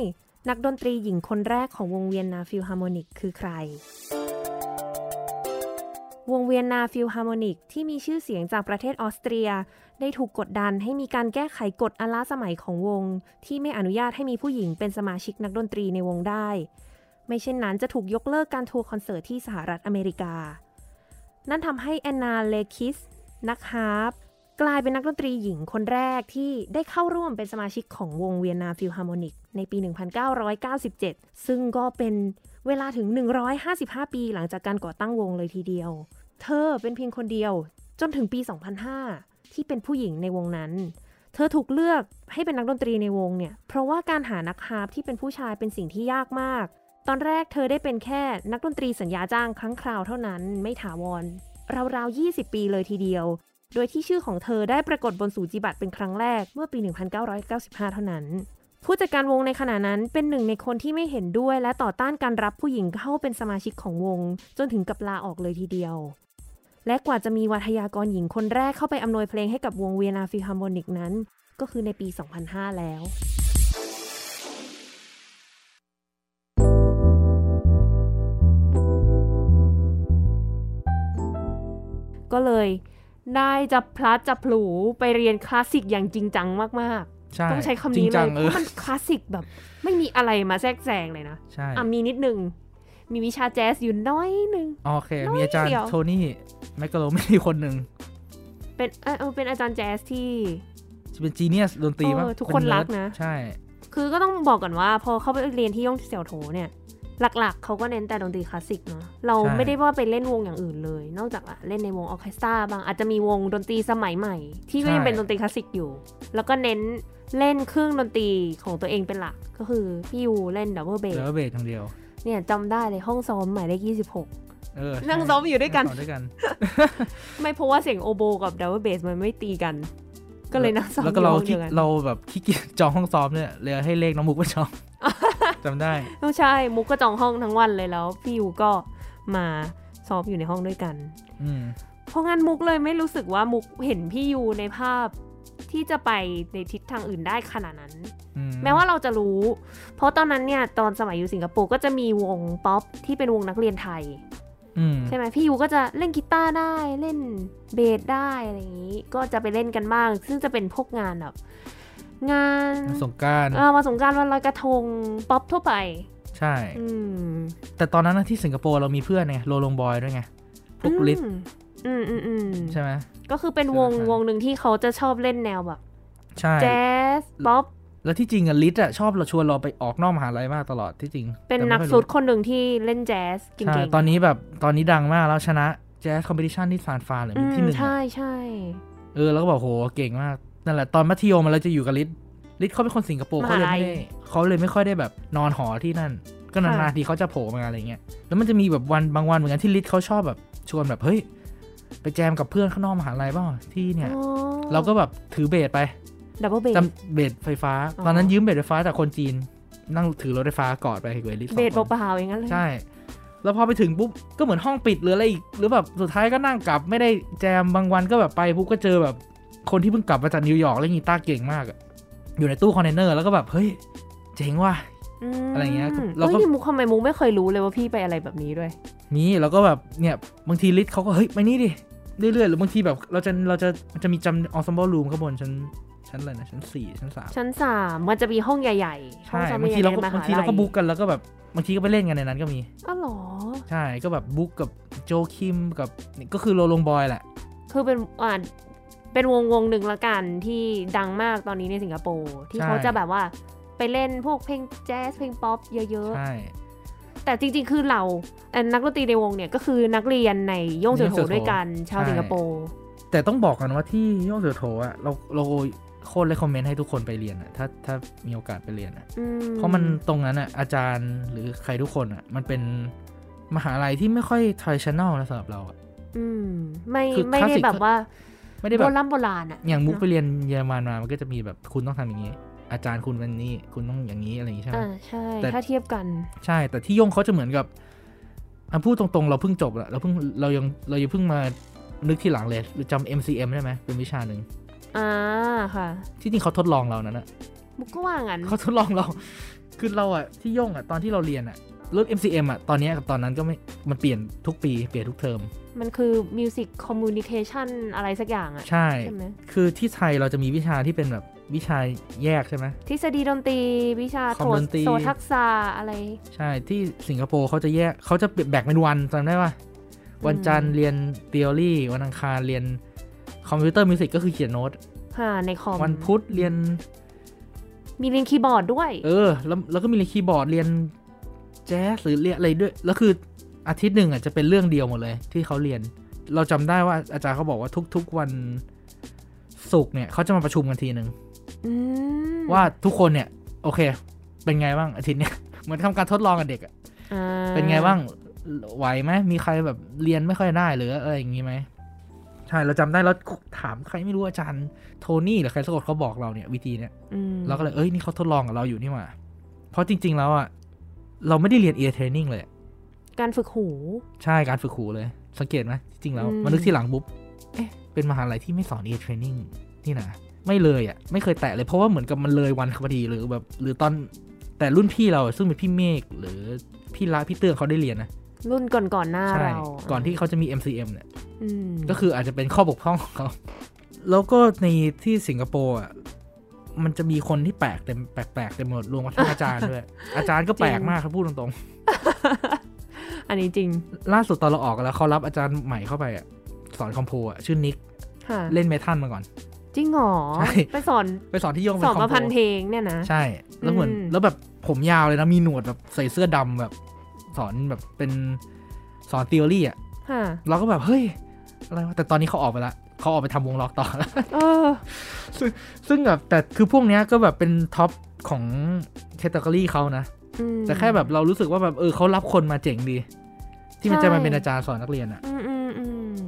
S2: นักดนตรีหญิงคนแรกของวงเวียนนาฟิลฮาร์โมนิกคือใคร วงเวียนนาฟิลฮาร์โมนิกที่มีชื่อเสียงจากประเทศออสเตรีย ได้ถูกกดดันให้มีการแก้ไขกฎอล้าสมัยของวง ที่ไม่อนุญาตให้มีผู้หญิงเป็นสมาชิกนักดนตรีในวงได้ ไม่เช่นนั้นจะถูกยกเลิกการทัวร์คอนเสิร์ตที่สหรัฐอเมริกา นั่นทำให้แอนนาเลคิสนักฮาร์ปกลายเป็นนักดนตรีหญิงคนแรกที่ได้เข้าร่วมเป็นสมาชิกของวงเวียนนาฟิลฮาร์โมนิกในปี 1997 ซึ่งก็เป็นเวลาถึง 155 ปีหลังจากการก่อตั้งวงเลยทีเดียว เธอเป็นเพียงคนเดียวจนถึงปี 2005 ที่เป็นผู้หญิงในวงนั้น เธอถูกเลือกให้เป็นนักดนตรีในวงเนี่ย เพราะว่าการหานักฮาร์ปที่เป็นผู้ชายเป็นสิ่งที่ยากมาก ตอนแรกเธอได้เป็นแค่นักดนตรีสัญญาจ้างครั้งคราวเท่านั้นไม่ถาวร ราวๆ 20 ปีเลยทีเดียว โดยที่ชื่อของเธอได้ปรากฏบนสูจิบัตรเป็นครั้งแรกเมื่อปี 1995 เท่านั้น ผู้จัดการวงในขณะนั้นเป็นหนึ่งในคนที่ไม่เห็นด้วยและต่อต้านการรับผู้หญิงเข้าเป็นสมาชิกของวง จนถึงกับลาออกเลยทีเดียว และกว่าจะมีวัทยากรหญิงคนแรกเข้าไปอำนวยเพลงให้กับวงเวียนาฟิฮาร์โมนิกนั้น ก็คือในปี 2005 แล้ว ก็เลยได้จะพลัดจะผลูไปเรียนคลาสสิกอย่างจริงจังมาก
S1: ใช่
S2: ๆ ต้องใช้คำ
S1: จริ
S2: นี้
S1: ง
S2: เล
S1: จัง
S2: ยเพ
S1: เออ
S2: ราะมันคลาสสิกแบบ ไม่มีอะไรมาแทรกแซงเลยนะ
S1: ใช่
S2: อ่ะมีนิดหนึ่ง มีวิชาแจ๊สอยู่น้อยหนึ่ง
S1: โอเค มีอาจารย์
S2: เดี๋ยว
S1: โทนี่แมคกาโลไม่คนหนึ่ง
S2: เป็นเออเออเป็นอาจารย์แจ๊สที่
S1: จะเป็นจีเนียสดนตรีมาก
S2: เออทุกคน
S1: เป็
S2: รั
S1: เด
S2: กนะ
S1: ใช่
S2: คือก็ต้องบอกก่อนว่า พอเข้าไปเรียนที่ย่องเสี่ยวโถเนี่ย หลักๆ เขาก็เน้นแต่ดนตรีคลาสสิกเนาะเรา
S1: ใช่
S2: ไม่ได้ว่าไปเล่นวงอย่างอื่นเลย นอกจากอะเล่นในวงออร์เคสตราบางอาจจะมีวงดนตรีสมัยใหม่ ที่ก็ยังเป็นดนตรีคลาสสิกอยู่ แล้วก็เน้นเล่นเครื่องดนตรีของตัวเองเป็นหลักก็คือพี่ยูเล่นดับเบิลเบส
S1: แล้วเบสทางเดียว
S2: เนี่ยจำได้เลยห้องซ้อมหมายเลข26
S1: เออ
S2: นั่งซ้อมอยู่ด้วยกัน
S1: งซ้มด้วยกัน
S2: ไม่เพราะว่าเสียงโอโบกับดับเบิลเบสมันไม่ตีกัน ก็เลยนั่งซ้อม
S1: แล้วก็เรา
S2: อยู่
S1: ขี้
S2: ห้องดียวกัน
S1: เราแบบขี้เกียจจองห้องซ้อมเนี่ยเลยให้เลขน้องมุกไปจ องจำได้
S2: ต้องใช่มุกก็จองห้องทั้งวันเลยแล้วพี่ยูก็มาซ้อมอยู่ในห้องด้วยกัน
S1: อืม
S2: เพราะงั้นมุกเลยไม่รู้สึกว่ามุกเห็นพี่ยูในภาพที่จะไปในทิศทางอื่นได้ขนาดนั้น
S1: อื
S2: แม้ว่าเราจะรู้ เพราะตอนนั้นเนี่ยตอนสมัยอยู่สิงคโปร์ก็จะมีวงป๊อปที่เป็นวงนักเรียนไทย
S1: อืม
S2: ใช่ไหมพี่ยูก็จะเล่นกีตาร์ได้เล่นเบสได้อะไรอย่างนี้ ก็จะไปเล่นกันบ้าง ซึ่งจะเป็นพวกงานแบบงาน
S1: สงกราร
S2: เอ่อวันสงกรารวันลอยกระทงป๊อปทั่วไป
S1: ใช่
S2: อืม
S1: แต่ตอนนั้นนะที่สิงคโปร์เรามีเพื่อนไงโลลงบอยด้วยไงพวกลิท
S2: อืมอืมอืมอืม
S1: ใช่ไหม
S2: ก็คือเป็นวง
S1: ใช่ไหม
S2: วงหนึ่งที่เขาจะชอบเล่นแนวแบบ
S1: ใช่
S2: แจ๊สป๊อป
S1: แล้วที่จริงอะลิทอะชอบเราชวนเราไปออกนอกมหาลัยมากตลอดที่จริง
S2: เป็น
S1: แต่ไม่
S2: นัก
S1: ค่อย
S2: สุ
S1: รู้
S2: ดคนหนึ่งที่เล่นแจ๊สเก่
S1: ใช่
S2: ง
S1: ตอนนี้แบบตอนนี้ดังมากแล้วชนะแจ๊สคอมเพติชันที่ซานฟรานหรือ
S2: อืม
S1: ที่หนึ่งอะ
S2: ใช่ใช่
S1: เออแล้วก็บอกโหเก่งมากนั่นแหละตอนมัธยมอะเราจะอยู่กับลิทลิทเขาเป็นคนสิงคโปร์เขาเลยไม่ได้เขาเลยไม่ค่อยได้แบบนอนหอที่นั่น ก็นานๆทีเขาจะโผล่มาอะไรเงี้ยแล้วมันจะมีแบบวันบางวันเหมือนกันที่ลิทเขาชอบแบบชวนแบบเฮ้ยไปแจมกับเพื่อนข้างนอกมหาลัยบ้างที่เนี่ย
S2: อ๋อ
S1: เราก็แบบถือเบสไป
S2: ดับเบิลเบส
S1: จำเบสไฟฟ้า
S2: อ๋อ
S1: ตอนนั้นยืมเบสไฟฟ้าจากคนจีน นั่งถือรถไฟฟ้ากอดไปเวลิสอง
S2: เบส
S1: คน
S2: เบาๆอย่างนั้นเลย
S1: ใช่ แล้วพอไปถึงปุ๊บ ก็เหมือนห้องปิดหรืออะไรอีก หรือแบบสุดท้ายก็นั่งกลับไม่ได้แจมบางวันก็แบบไปปุ๊บก็เจอแบบคนที่เพิ่งกลับมาจากนิวยอร์กเล่นกีตาร์เก่งมากอะอยู่ในตู้คอนเทนเนอร์แล้วก็แบบ เฮ้ย เจ๋งว่ะ
S2: ม
S1: อะไรอย่างเงี้ยคือเรา
S2: เรา
S1: ก็
S2: ก็มุกทำไมมุกไม่เคยรู้เลยว่าพี่ไปอะไรแบบนี้ด้วย
S1: นี่แล้วก็แบบเนี่ยบางทีลิสเขาก็เฮ้ยมานี่ดิเรื่อยๆหรือบางทีแบบเราจะเราจะมันจะมีจำออสมบอลรูมข้างบนชั้นชั้นอะไรนะชั้นสี่ชั้นสาม
S2: ชั้นสามมันจะมีห้องใหญ่ๆห้อ
S1: ใช่
S2: งซ้อม
S1: บาง
S2: ให
S1: ที
S2: ญ่ๆ
S1: เรา
S2: ใน
S1: ก็
S2: มหา
S1: บางที
S2: ลั
S1: เรา
S2: ย
S1: ก็บุ๊กกันแล้วก็แบบบางทีก็ไปเล่นกันในนั้นก็มี
S2: อ๋อเหรอ
S1: ใช่ก็แบบบุ๊กกับโจคิมกับนี่ก็คือโลลงบอยแหละ
S2: คือเป็นอ่าเป็นวงวงหนึ่งละกันที่ดังมากตอนนี้ในสิงคโปร์ที่
S1: ใช่
S2: เขาจะแบบว่าไปเล่นพวกเพลงแจ๊สเพลงป๊อปเยอะ
S1: ใช่
S2: ๆ แต่จริงๆคือเราเอ่อนักดนตรีในวงเนี่ยก็คือนักเรียนในย่งเสือโถด้วยกันชาวสิงคโปร์
S1: แต่ต้องบอกกันว่าที่ย่องเสือโถอะเราเราโคตรเลยคอมเมนต์ให้ทุกคนไปเรียนอะถ้าถ้ามีโอกาสไปเรียนอะ
S2: อื
S1: เพราะมันตรงนั้นอะอาจารย์หรือใครทุกคนอะมันเป็นมหาลัยที่ไม่ค่อย traditional นะสำหรับเราอะ
S2: อืมไม่
S1: คือ
S2: ไม่
S1: คลาส
S2: ได้
S1: สิก
S2: แบบว่า
S1: ไม่ได้
S2: โบ
S1: แบบ
S2: ราณโบราณอะ
S1: อย่างมุก
S2: เน
S1: ไปเรียนเยอรมันมามันก็จะมีแบบคุณต้องทำอย่างนี้ อาจารย์คุณเป็นนี้คุณต้องอย่างนี้อะไรอย่างนี้ใช่ไหม
S2: อ่าใช่
S1: แต่
S2: ถ้าเทียบกัน
S1: ใช่ แต่ที่ย่งเขาจะเหมือนกับอันพูดตรงๆ เราเพิ่งจบละเราเพิ่งเรายังเรายังเพิ่งมานึกที่หลังเลยหรือจำ MCM ได้ไหมเป็นวิชาหนึ่ง
S2: อ่าค่ะ
S1: ที่จริงเขาทดลองเรานั้นนะ
S2: มุกก็ว่างั้น
S1: เขาทดลองเรา คือเราอะที่ย่งอะตอนที่เราเรียนอะรุ่น MCM อะตอนเนี้ยกับตอนนั้นก็ไม่มันเปลี่ยนทุกปีเปลี่ยนทุกเทอม
S2: มันคือมิวสิกคอมมูนิเคชันอะไรสักอย่างอะ
S1: ใช่
S2: ใช่ไหม
S1: คือที่ไทยเราจะมีวิชาที่เป็นแบบวิชาแยกใช่ไหม
S2: ทฤษฎีดนตรี วิชา
S1: คอ
S2: โท
S1: มดนตรี
S2: โซทักษะอะไร
S1: ใช่ที่สิงคโปร์เขาจะแยกเขาจะแบ่งเป็นวันจำได้ปะ วันจันทร์เรียนเทโอรี่วันอังคารเรียนคอมพิวเตอร์มิวสิกก็คือเขียนโน้ต
S2: ค่ะในคอม
S1: วันพุธเรียน
S2: มีเรียนคีย์บอร์ดด้วย
S1: เออ แล้วแล้วก็มีเรียนคีย์บอร์ดเรียนแจ๊สหรือเรียนอะไรด้วย แล้วคืออาทิตย์หนึ่งอ่ะจะเป็นเรื่องเดียวหมดเลย ที่เขาเรียน เราจำได้ว่าอาจารย์เขาบอกว่าทุก ๆวันศุกร์เนี่ยเขาจะมาประชุมกันทีหนึ่ง
S2: อืม
S1: ว่าทุกคนเนี่ย โอเค เป็นไงบ้างอาทิตย์เนี่ย เหมือนทำการทดลองกับเด็กอะ
S2: อ่
S1: เป็นไงบ้างไหวไหมมีใครแบบเรียนไม่ค่อยได้หรืออะไรอย่างงี้ไหมใช่เราจำได้แล้วถามใครไม่รู้อาจารย์โทนี่หรือใครสักคนเขาบอกเราเนี่ยวิธีเนี่ย
S2: อืม
S1: เราก็เลย เอ้ย นี่เขาทดลองกับเราอยู่นี่หว่า เพราะจริง ๆ แล้วอ่ะ เราไม่ได้เรียน ear training เลยอะ
S2: การฝึกหู
S1: ใช่การฝึกหูเลย สังเกตไหมจริงๆแล้ว
S2: อืม
S1: มานึกที่หลังปุ๊บ เอ๊ะ เป็นมหาลัยที่ไม่สอน ear training นี่นะ ไม่เลยอ่ะ ไม่เคยแตะเลย เพราะว่าเหมือนกับมันเลยวันพอดีหรือแบบ หรือตอน แต่รุ่นพี่เราอะซึ่งเป็นพี่เมฆหรือพี่ละพี่เตือเขาได้เรียนนะ
S2: รุ่นก่อนๆหน้า
S1: ใช่
S2: เรา
S1: ก่อนที่เขาจะมี MCM เนี่ย
S2: อืม
S1: ก็คืออาจจะเป็นข้อบกพร่อง ของเขา แล้วก็ในที่สิงคโปร์อ่ะ มันจะมีคนที่แปลกเต็มแปลกๆเต็มหมดรวมกระทั่งอาจารย์ ด้วย อาจารย์ก็แปลกมากครับพูดตรง
S2: อันนี้จริง
S1: ๆ ล่าสุดตอนเราออกกันแล้วเขารับอาจารย์ใหม่เข้าไปอ่ะ สอนคอมโพอ่ะ ชื่อนิก
S2: ค่ะ
S1: เล่นเมทัลมาก่อน
S2: จริงเหรอ
S1: ใช่
S2: ไปสอน
S1: ไปสอนที่โยงเป็
S2: ส
S1: น
S2: อน
S1: คอ
S2: มาพัน
S1: มโพ
S2: เพลงเนี่ยนะ
S1: ใช่ แล้วเหมือน
S2: อืม
S1: แล้วแบบผมยาวเลยนะ มีหนวดแบบใส่เสื้อดำแบบ สอนแบบเป็นสอนทีโอรี่อ่ะ
S2: ค่ะ
S1: เราก็แบบเฮ้ยอะไรวะแต่ตอนนี้เขาออกไปละเขาออกไปทำวงล็อกต่อ
S2: เออ
S1: ซึ่งแบบแต่คือพวกเนี้ยก็แบบเป็นท็อปของแคตตา o r ีเขานะ
S2: อืม
S1: แต่แค่แบบเรารู้สึกว่าแบบเออเขารับคนมาเจ๋งดี ที่มัน
S2: ใช่
S1: จะมาเป็นอาจารย์สอนนักเรียนอะ
S2: อืมอืมอืม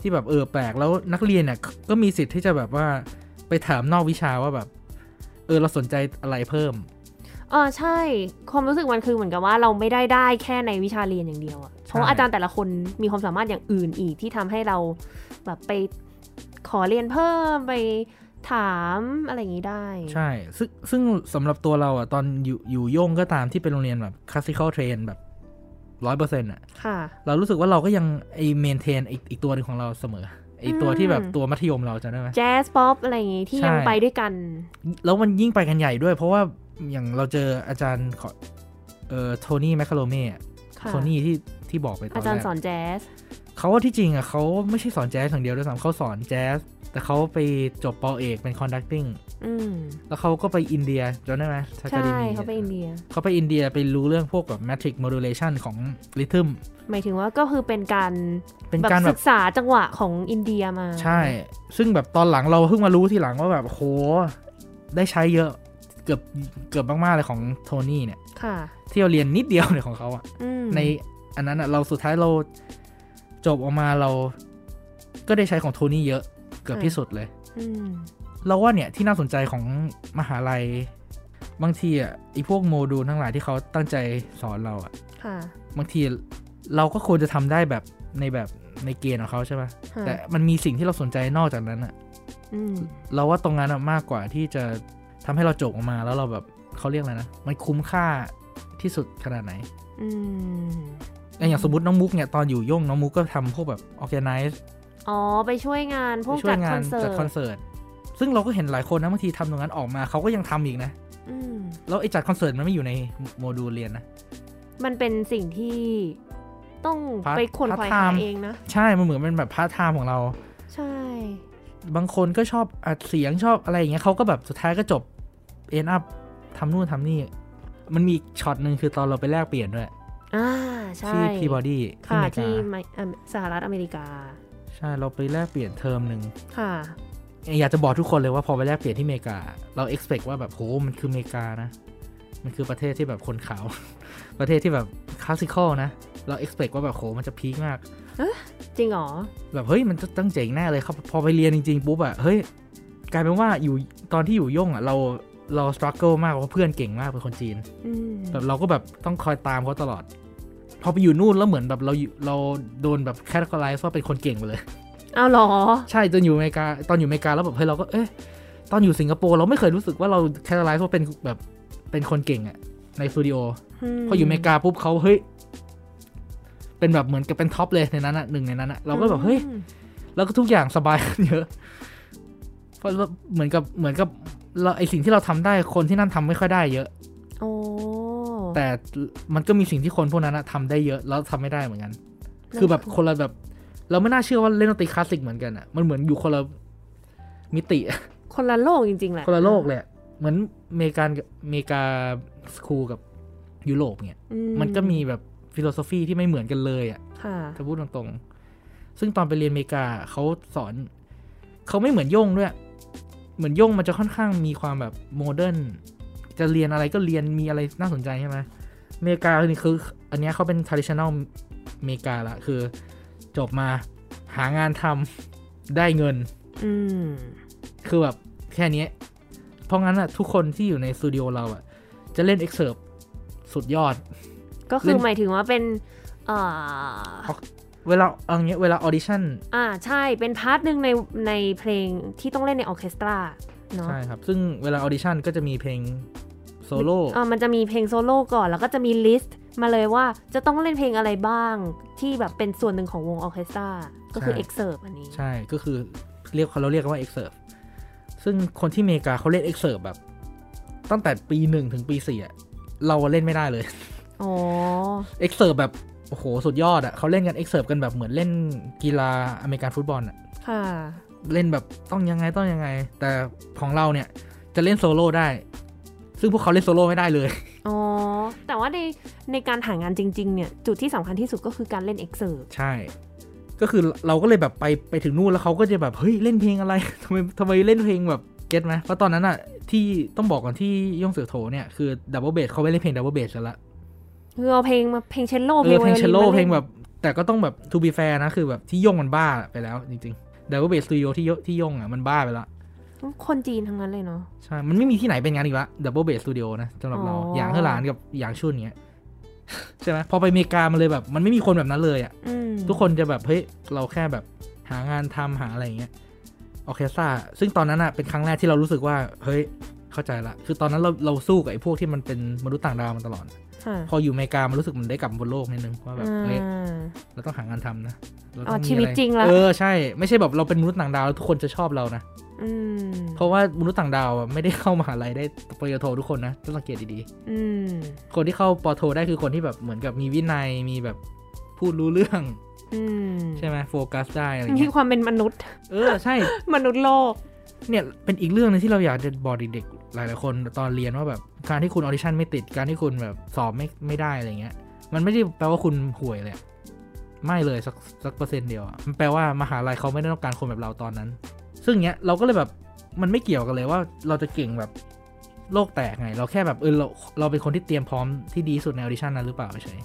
S1: ที่แบบเออแปลกแล้วนักเรียนเนี่ยก็มีสิทธิ์ที่จะแบบว่าไปถามนอกวิชาว่าแบบ เออเราสนใจอะไรเพิ่ม
S2: เออใช่ ความรู้สึกมันคือเหมือนกับว่าเราไม่ได้ได้แค่ในวิชาเรียนอย่างเดียวอะเพราะว่า
S1: ใช่
S2: อาจารย์แต่ละคนมีความสามารถอย่างอื่นอีกที่ทำให้เราแบบไปขอเรียนเพิ่มไปถามอะไรอย่างนี้ได้
S1: ใช่ ซึ่งซึ่งสำหรับตัวเราอะตอนอยู่อยู่โย่งก็ตามที่เป็นโรงเรียนแบบคลาสสิคอลเทรนแบบร้อยเปอร์เซ็นต์อะ
S2: ค่ะ
S1: เรารู้สึกว่าเราก็ยังไอเมนเทนอีกอีกตัวหนึงของเราเสมอไอตัวที่แบบตัวมัธยมเราจะได้ไหม
S2: แจ๊สป๊อปอะไรอย่างงี้ที่
S1: ใช่
S2: ยังไปด้วยกัน
S1: แล้วมันยิ่งไปกันใหญ่ด้วย เพราะว่าอย่างเราเจออาจารย์ขอเอ่อโทนี่แมคคาโลเม่อะ
S2: ค่ะ
S1: โทนี่ที่ที่บอกไปตอน
S2: อา
S1: แร
S2: จารย์
S1: ก
S2: สอนแจ๊ส
S1: เขาว่าที่จริงอ่ะเขาไม่ใช่สอนแจ๊สอย่างเดียวด้วยซ้ำเขาสอนแจ๊ส แต่เขาไปจบปอเอกเป็นคอนดักติ้ง
S2: อืม
S1: แล้วเขาก็ไปอินเดียจำได้ไหม
S2: ใช่
S1: ทาจารี
S2: เขาไปอินเดีย
S1: เขาไปอินเดียไปรู้เรื่องพวกแบบ matrix modulation ของริทึม
S2: หมายถึงว่าก็คือเป็นการ
S1: เป็น
S2: แบบ
S1: การแบ
S2: ศึ
S1: บ
S2: กษาจังหวะของอินเดียมา
S1: ใช่ ซึ่งแบบตอนหลังเราเพิ่งมารู้ทีหลังว่าแบบโหได้ใช้เยอะเกือบเกือบมากๆเลยของโทนี่เนี่ย
S2: ค่ะ
S1: ที่เราเรียนนิดเดียวเนี่ยของเขาอะ
S2: อืม
S1: ในอันนั้นอะเราสุดท้ายเราจบออกมาเราก็ได้ใช้ของโทนี่เยอะเกือบที่สุดเลย
S2: อืม
S1: เราว่าเนี่ยที่น่าสนใจของมหาลัย บางทีอะไอพวกโมดูลทั้งหลายที่เขาตั้งใจสอนเราอะ
S2: ค่ะ
S1: บางทีเราก็ควรจะทำได้แบบในแบบในเกณฑ์ของเขาใช่ปะ
S2: ค่ะ
S1: แต่มันมีสิ่งที่เราสนใจนอกจากนั้นอะ
S2: อืม
S1: เราว่าตรงนั้นอะมากกว่าที่จะทำให้เราจบออกมาแล้วเราแบบเขาเรียกอะไรนะมันคุ้มค่าที่สุดขนาดไหน
S2: อืม
S1: อย่างสมมติน้องมุกเนี่ยตอนอยู่ย่งน้องมุกก็ทำพวกแบบออแกไนซ์
S2: อ๋อ ไปช่วยงานพวก
S1: ช่ว
S2: จั
S1: ย
S2: ด
S1: งา
S2: คน อนเสิ
S1: จัด
S2: ร์ต
S1: คอนเสิร์ตซึ่งเราก็เห็นหลายคนนะบางทีทำตรงนั้นออกมาเขาก็ยังทำอีกนะ
S2: อืม
S1: แล้วไอ้จัดคอนเสิร์ตมันไม่อยู่ในโมดูลเรียนนะ
S2: มันเป็นสิ่งที่ต้อง
S1: พาร์ท
S2: ไปขวนขวาย
S1: พาร์ทไท
S2: หา
S1: ม์
S2: เองนะ
S1: ใช่ มันเหมือนเป็นแบบพาร์ทไทม์ของเรา
S2: ใช่
S1: บางคนก็ชอบอัดเสียงชอบอะไรอย่างเงี้ยเขาก็แบบสุดท้ายก็จบเอ็นอัพทำนู่นทำนี่ มันมีอีกช็อตหนึ่งคือตอนเราไปแลกเปลี่ยนด้วย
S2: อ่าใช่
S1: ที่พีบอดี้ที่
S2: ค่ะ
S1: อเมริ
S2: ที่
S1: กา
S2: ไม่อ่ะสหรัฐอเมริกา
S1: ใช่เราไปแลกเปลี่ยนเทอมหนึ่ง
S2: ค่ะ
S1: อยากจะบอกทุกคนเลยว่าพอไปแลกเปลี่ยนที่อเมริกา เรา expect ว่าแบบโหมันคืออเมริกานะ มันคือประเทศที่แบบคนขาว ประเทศที่แบบคลาสสิคอลนะ เรา expect ว่าแบบโหมันจะพีคมาก
S2: จริงเหรอ
S1: แบบเฮ้ยมันจะต้องเจ๋งแน่เลยครับพอไปเรียนจริง ๆ ปุ๊บอะเฮ้ยกลายเป็นว่าอยู่ตอนที่อยู่ย่งอะเราเรา struggle มากเพราะเพื่อนเก่งมากเป็นคนจีน
S2: อืม
S1: แบบเราก็แบบต้องคอยตามเขาตลอด พอไปอยู่นู่นแล้วเหมือนแบบเราอยู่เราโดนแบบ categorize ว่าเป็นคนเก่งไปเลย
S2: เอาเหรอ
S1: ใช่ตอนอยู่อเมริกาตอนอยู่อเมริกาแล้วแบบเฮ้ยเราก็เอ๊ะตอนอยู่สิงคโปร์เราไม่เคยรู้สึกว่าเราแคทไลซ์ว่าเป็นแบบเป็นคนเก่งอะในสตูดิโอพออยู่อเมริกาปุ๊บเขาเฮ้ยเป็นแบบเหมือนกับเป็นท็อปเลยในนั้นอะหนึ่งในนั้นอะเราก็แบบเฮ้ยแล้วก็ทุกอย่างสบายขึ้นเยอะเพราะว่าเหมือนกับเหมือนกับเราไอสิ่งที่เราทำได้คนที่นั่นทำไม่ค่อยได้เยอะ
S2: โอ้
S1: แต่มันก็มีสิ่งที่คนพวกนั้นอะทำได้เยอะแล้วทำไม่ได้เหมือนกัน คือแบบคนละแบบ เราไม่น่าเชื่อว่าเล่นดนตรีคลาสสิกเหมือนกันอ่ะ มันเหมือนอยู่คนละมิติอะ
S2: คนละโลกจริงๆแหละ
S1: คนละโลกเลยอะเหมือนอเมริกันกับอเมริกาสคูลกับยุโรปเนี่ย
S2: อื
S1: มันก็มีแบบฟิโลโซฟีที่ไม่เหมือนกันเลยอ่ะ
S2: ค่ะ
S1: ถ้าพูดตรงๆ ซึ่งตอนไปเรียนอเมริกาเขาสอน เขาไม่เหมือนโย่งด้วย เหมือนโย่งมันจะค่อนข้างมีความแบบโมเดิร์น จะเรียนอะไรก็เรียนมีอะไรน่าสนใจใช่ไหมอเมริกานี่คือ อันเนี้ยเขาเป็น traditional อเมริกาละคือจบมาหางานทำได้เงิน
S2: อืม
S1: คือแบบแค่นี้ เพราะงั้นอะทุกคนที่อยู่ในสตูดิโอเราอะจะเล่น e x c e r p สุดยอด
S2: ก็คือ
S1: เล่น
S2: หมายถึงว่าเป็นเอ่อ
S1: เวลาเอาอย่างเงี้ยเวลาออดิชั่น
S2: อ่าใช่เป็นพาร์ทหนึ่งในในเพลงที่ต้องเล่นในออร์เคสตราเนาะ
S1: ใช่ครับ ซึ่งเวลาออดิชั่นก็จะมีเพลงโซโล่
S2: อ่ามันจะมีเพลงโซโล่ก่อน แล้วก็จะมีลิสต์มาเลยว่าจะต้องเล่นเพลงอะไรบ้างที่แบบเป็นส่วนหนึ่งของวงออร์เคสตราก็คือเอ็กเซิร์อันนี้
S1: ใช่ ก็คือเรียกเราเรียกกันว่า e x e r v e ซึ่งคนที่อเมริกาเขาเล่น e x e r v e แบบ ตั้งแต่ปีหนึ่งถึงปีสี่อะเราเล่นไม่ได้เลย
S2: อ๋อ
S1: e x e r v e แบบ โอ้โห สุดยอดอะเขาเล่นกัน e x e r v e กันแบบเหมือนเล่นกีฬาอเมริกันฟุตบอลอะ
S2: ค่ะ
S1: เล่นแบบต้องยังไงต้องยังไง แต่ของเราเนี่ยจะเล่นโซโล่ได้ ซึ่งพวกเขาเล่นโซโล่ไม่ได้เลย
S2: อ๋อ แต่ว่าในในการหางานจริง ๆ เนี่ย จุดที่สำคัญที่สุดก็คือการเล่นเอ็กเซิร์
S1: ใช่ ก็คือเราก็เลยแบบไปไปถึงนู่นแล้วเขาก็จะแบบ เฮ้ย เล่นเพลงอะไร ทำไมทำไมเล่นเพลงแบบเก็ตไหมเพราะตอนนั้นอะที่ต้องบอกก่อนที่ย่งเสือโถเนี่ย คือดับเบิลเบสเขาไม่เล่นเพลงดับเบิลเบสแล้วละ
S2: คือเอาเพลงมาเพลงเชลโล
S1: เออเพลงเชลโล
S2: ไวโอ
S1: เพลงแบบ แต่ก็ต้องแบบ to be fair นะ คือแบบที่ย่งมันบ้าไปแล้วจริงๆดับเบิลเบสสตูดิโอที่ยที่ย่งอะมันบ้าไปละ
S2: คนจีนทั้งนั้นเลยเนาะ
S1: ใช่ มันไม่มีที่ไหนเป็นงานอีกละดับเบิลเบสสตูดิโอนะสำหรับเรา
S2: อ๋ออ
S1: อย่างเฮอร์หลานกับอย่างชุนเงี้ย ใช่ไหมพอไปอเมริกามันเลยแบบ มันไม่มีคนแบบนั้นเลยอะ
S2: อืม
S1: ทุกคนจะแบบ เฮ้ย เราแค่แบบหางานทำหาอะไรอย่างเงี้ยออเคสตราซึ่งตอนนั้นอะเป็นครั้งแรกที่เรารู้สึกว่า เฮ้ย เข้าใจละ คือตอนนั้นเราเราสู้กับไอ้พวกที่มันเป็นมนุษย์ต่างดาวมาตลอด
S2: ค่ะ
S1: พออยู่อเมริกามันรู้สึกมันได้กลับมาบนโลกนิดนึงว่าแบบเฮ้ย
S2: อ่า
S1: เราต้องหางานทำนะเรา
S2: อ๋
S1: ต้
S2: อ
S1: องมี
S2: ชีวิต
S1: อะไร
S2: จริงละ
S1: เออใช่ ไม่ใช่แบบเราเป็นมนุษย์ต่างดาวแล้วทุกคนจะชอบเรานะ
S2: อืม
S1: เพราะว่ามนุษย์ต่างดาวอะไม่ได้เข้ามหาลัยได้ปริญญาโททุกคนนะถ้าสังเกตดี
S2: อืม
S1: ๆ คนที่เข้าปอโทได้คือคนที่แบบเหมือนกับมีวินัยมีแบบพูดรู้เรื่อง
S2: อืม
S1: ใช่ไหมโฟกัสได้อะไร
S2: มี
S1: เงี้ย
S2: ความเป็นมนุษย์
S1: เออใช่
S2: มนุษย์โลก
S1: เนี่ยเป็นอีกเรื่องหนึงที่เราอยากจะบอกเด็กๆหลายๆคนตอนเรียนว่าแบบการที่คุณออดิชั่นไม่ติดการที่คุณแบบสอบไม่ไม่ได้อะไรเงี้ย มันไม่ได้แปลว่าคุณห่วยเลยอะไม่เลยสักสักเปอร์เซ็นต์เดียวอะมันแปลว่ามหาลัยเขาไม่ได้ต้องการคนแบบเราตอนนั้น ซึ่งเนี้ยเราก็เลยแบบมันไม่เกี่ยวกันเลยว่าเราจะเก่งแบบโลกแตกไง เราแค่แบบเออเราเราเป็นคนที่เตรียมพร้อมที่ดีที่สุดในออดิชั่นนั้นหรือเปล่าเฉย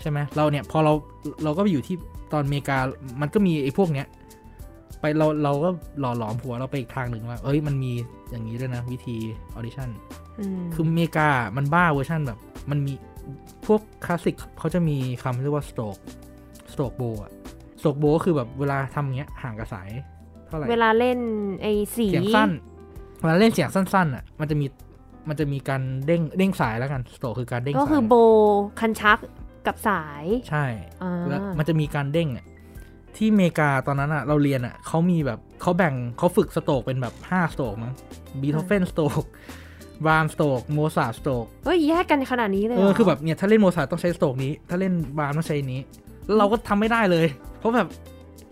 S1: ใช่ไหมเราเนี่ยพอเราเราก็ไปอยู่ที่ตอนอเมริกามันก็มีไอ้พวกเนี้ย ไปเราเราก็หล่อหลอมหัวเราไปอีกทางหนึ่งว่า เอ้ยมันมีอย่างนี้ด้วยนะ วิธีออดิชั่น
S2: อืม
S1: คืออเมริกามันบ้าเวอร์ชั่นแบบ มันมีพวกคลาสสิกเขาจะมีคำเรียกว่าสโตรกสโตรกโบอะสโตรกโบก็คือแบบเวลาทำอย่างเงี้ยห่างกับสายเท่าไหร่
S2: เวลาเล่นไอ้สี
S1: เสียงสั้น เวลาเล่นเสียงสั้นๆอ่ะ มันจะมี มันจะมีการเด้งเด้งสายแล้วกันสโตรกคือการเด้งสาย
S2: ก็คือโบคันชักกับสาย
S1: ใช่
S2: อ่า
S1: แล้วมันจะมีการเด้งอะที่อเมริกาตอนนั้นอะเราเรียนอะเขามีแบบเขาแบ่งเขาฝึกสโตรกเป็นแบบห้าสโตรกมั้งบีโธเฟนสโตรกบรามสโตรกโมซาสโตรก
S2: เฮ้ยแยกกันขนาดนี้เลย
S1: เอ
S2: หร
S1: อคือแบบเนี่ยถ้าเล่นโมซาต้องใช้สโตรกนี้ ถ้าเล่นบรามต้องใช้นี้ แล้วเราก็ทำไม่ได้เลย เพราะแบบ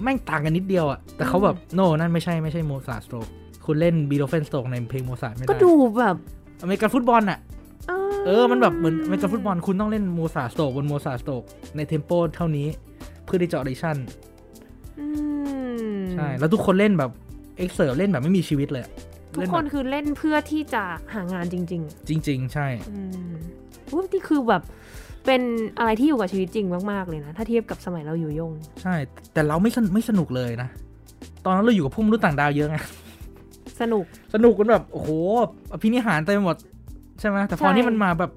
S1: แม่งต่างกันนิดเดียวอะแต่เขาแบบโนนั่นไม่ใช่ไม่ใช่โมซาสโตรกคุณเล่นบีโธเฟนสโตรกในเพลงโมซาไม่
S2: ก็
S1: ได้
S2: ดูแบบ
S1: อเมริกันฟุตบอลอะ
S2: า
S1: เออมันแบบเหมือนอเมริกันฟุตบอลคุณต้องเล่นโมซาสโตรกบนโมซาสโตรกในเทมโปเท่านี้เพื่อที่จะออดิชั่น
S2: อืม
S1: ใช่ แล้วทุกคนเล่นแบบเอ็กเซิร์ฟเล่นแบบไม่มีชีวิตเลยอะ
S2: ทุก
S1: เล่น
S2: ค
S1: แบ
S2: น
S1: บ
S2: คือเล่นเพื่อที่จะหางานจริง ๆ
S1: จริง ๆ ใช่
S2: อืมอุ๊ยนี่คือแบบเป็นอะไรที่อยู่กับชีวิตจริงมากๆเลยนะ ถ้าเทียบกับสมัยเราอยู่ยง
S1: ใช่ แต่เราไม่สนไม่สนุกเลยนะ ตอนนั้นเราอยู่กับผู้มนุษย์ต่างดาวเยอะไง
S2: สนุก
S1: สนุกกันแบบ โอ้โหอภินิหารเต็มไปหมด ใช่ไหมแต่พอ
S2: ใช่
S1: นี่มันมาแบบ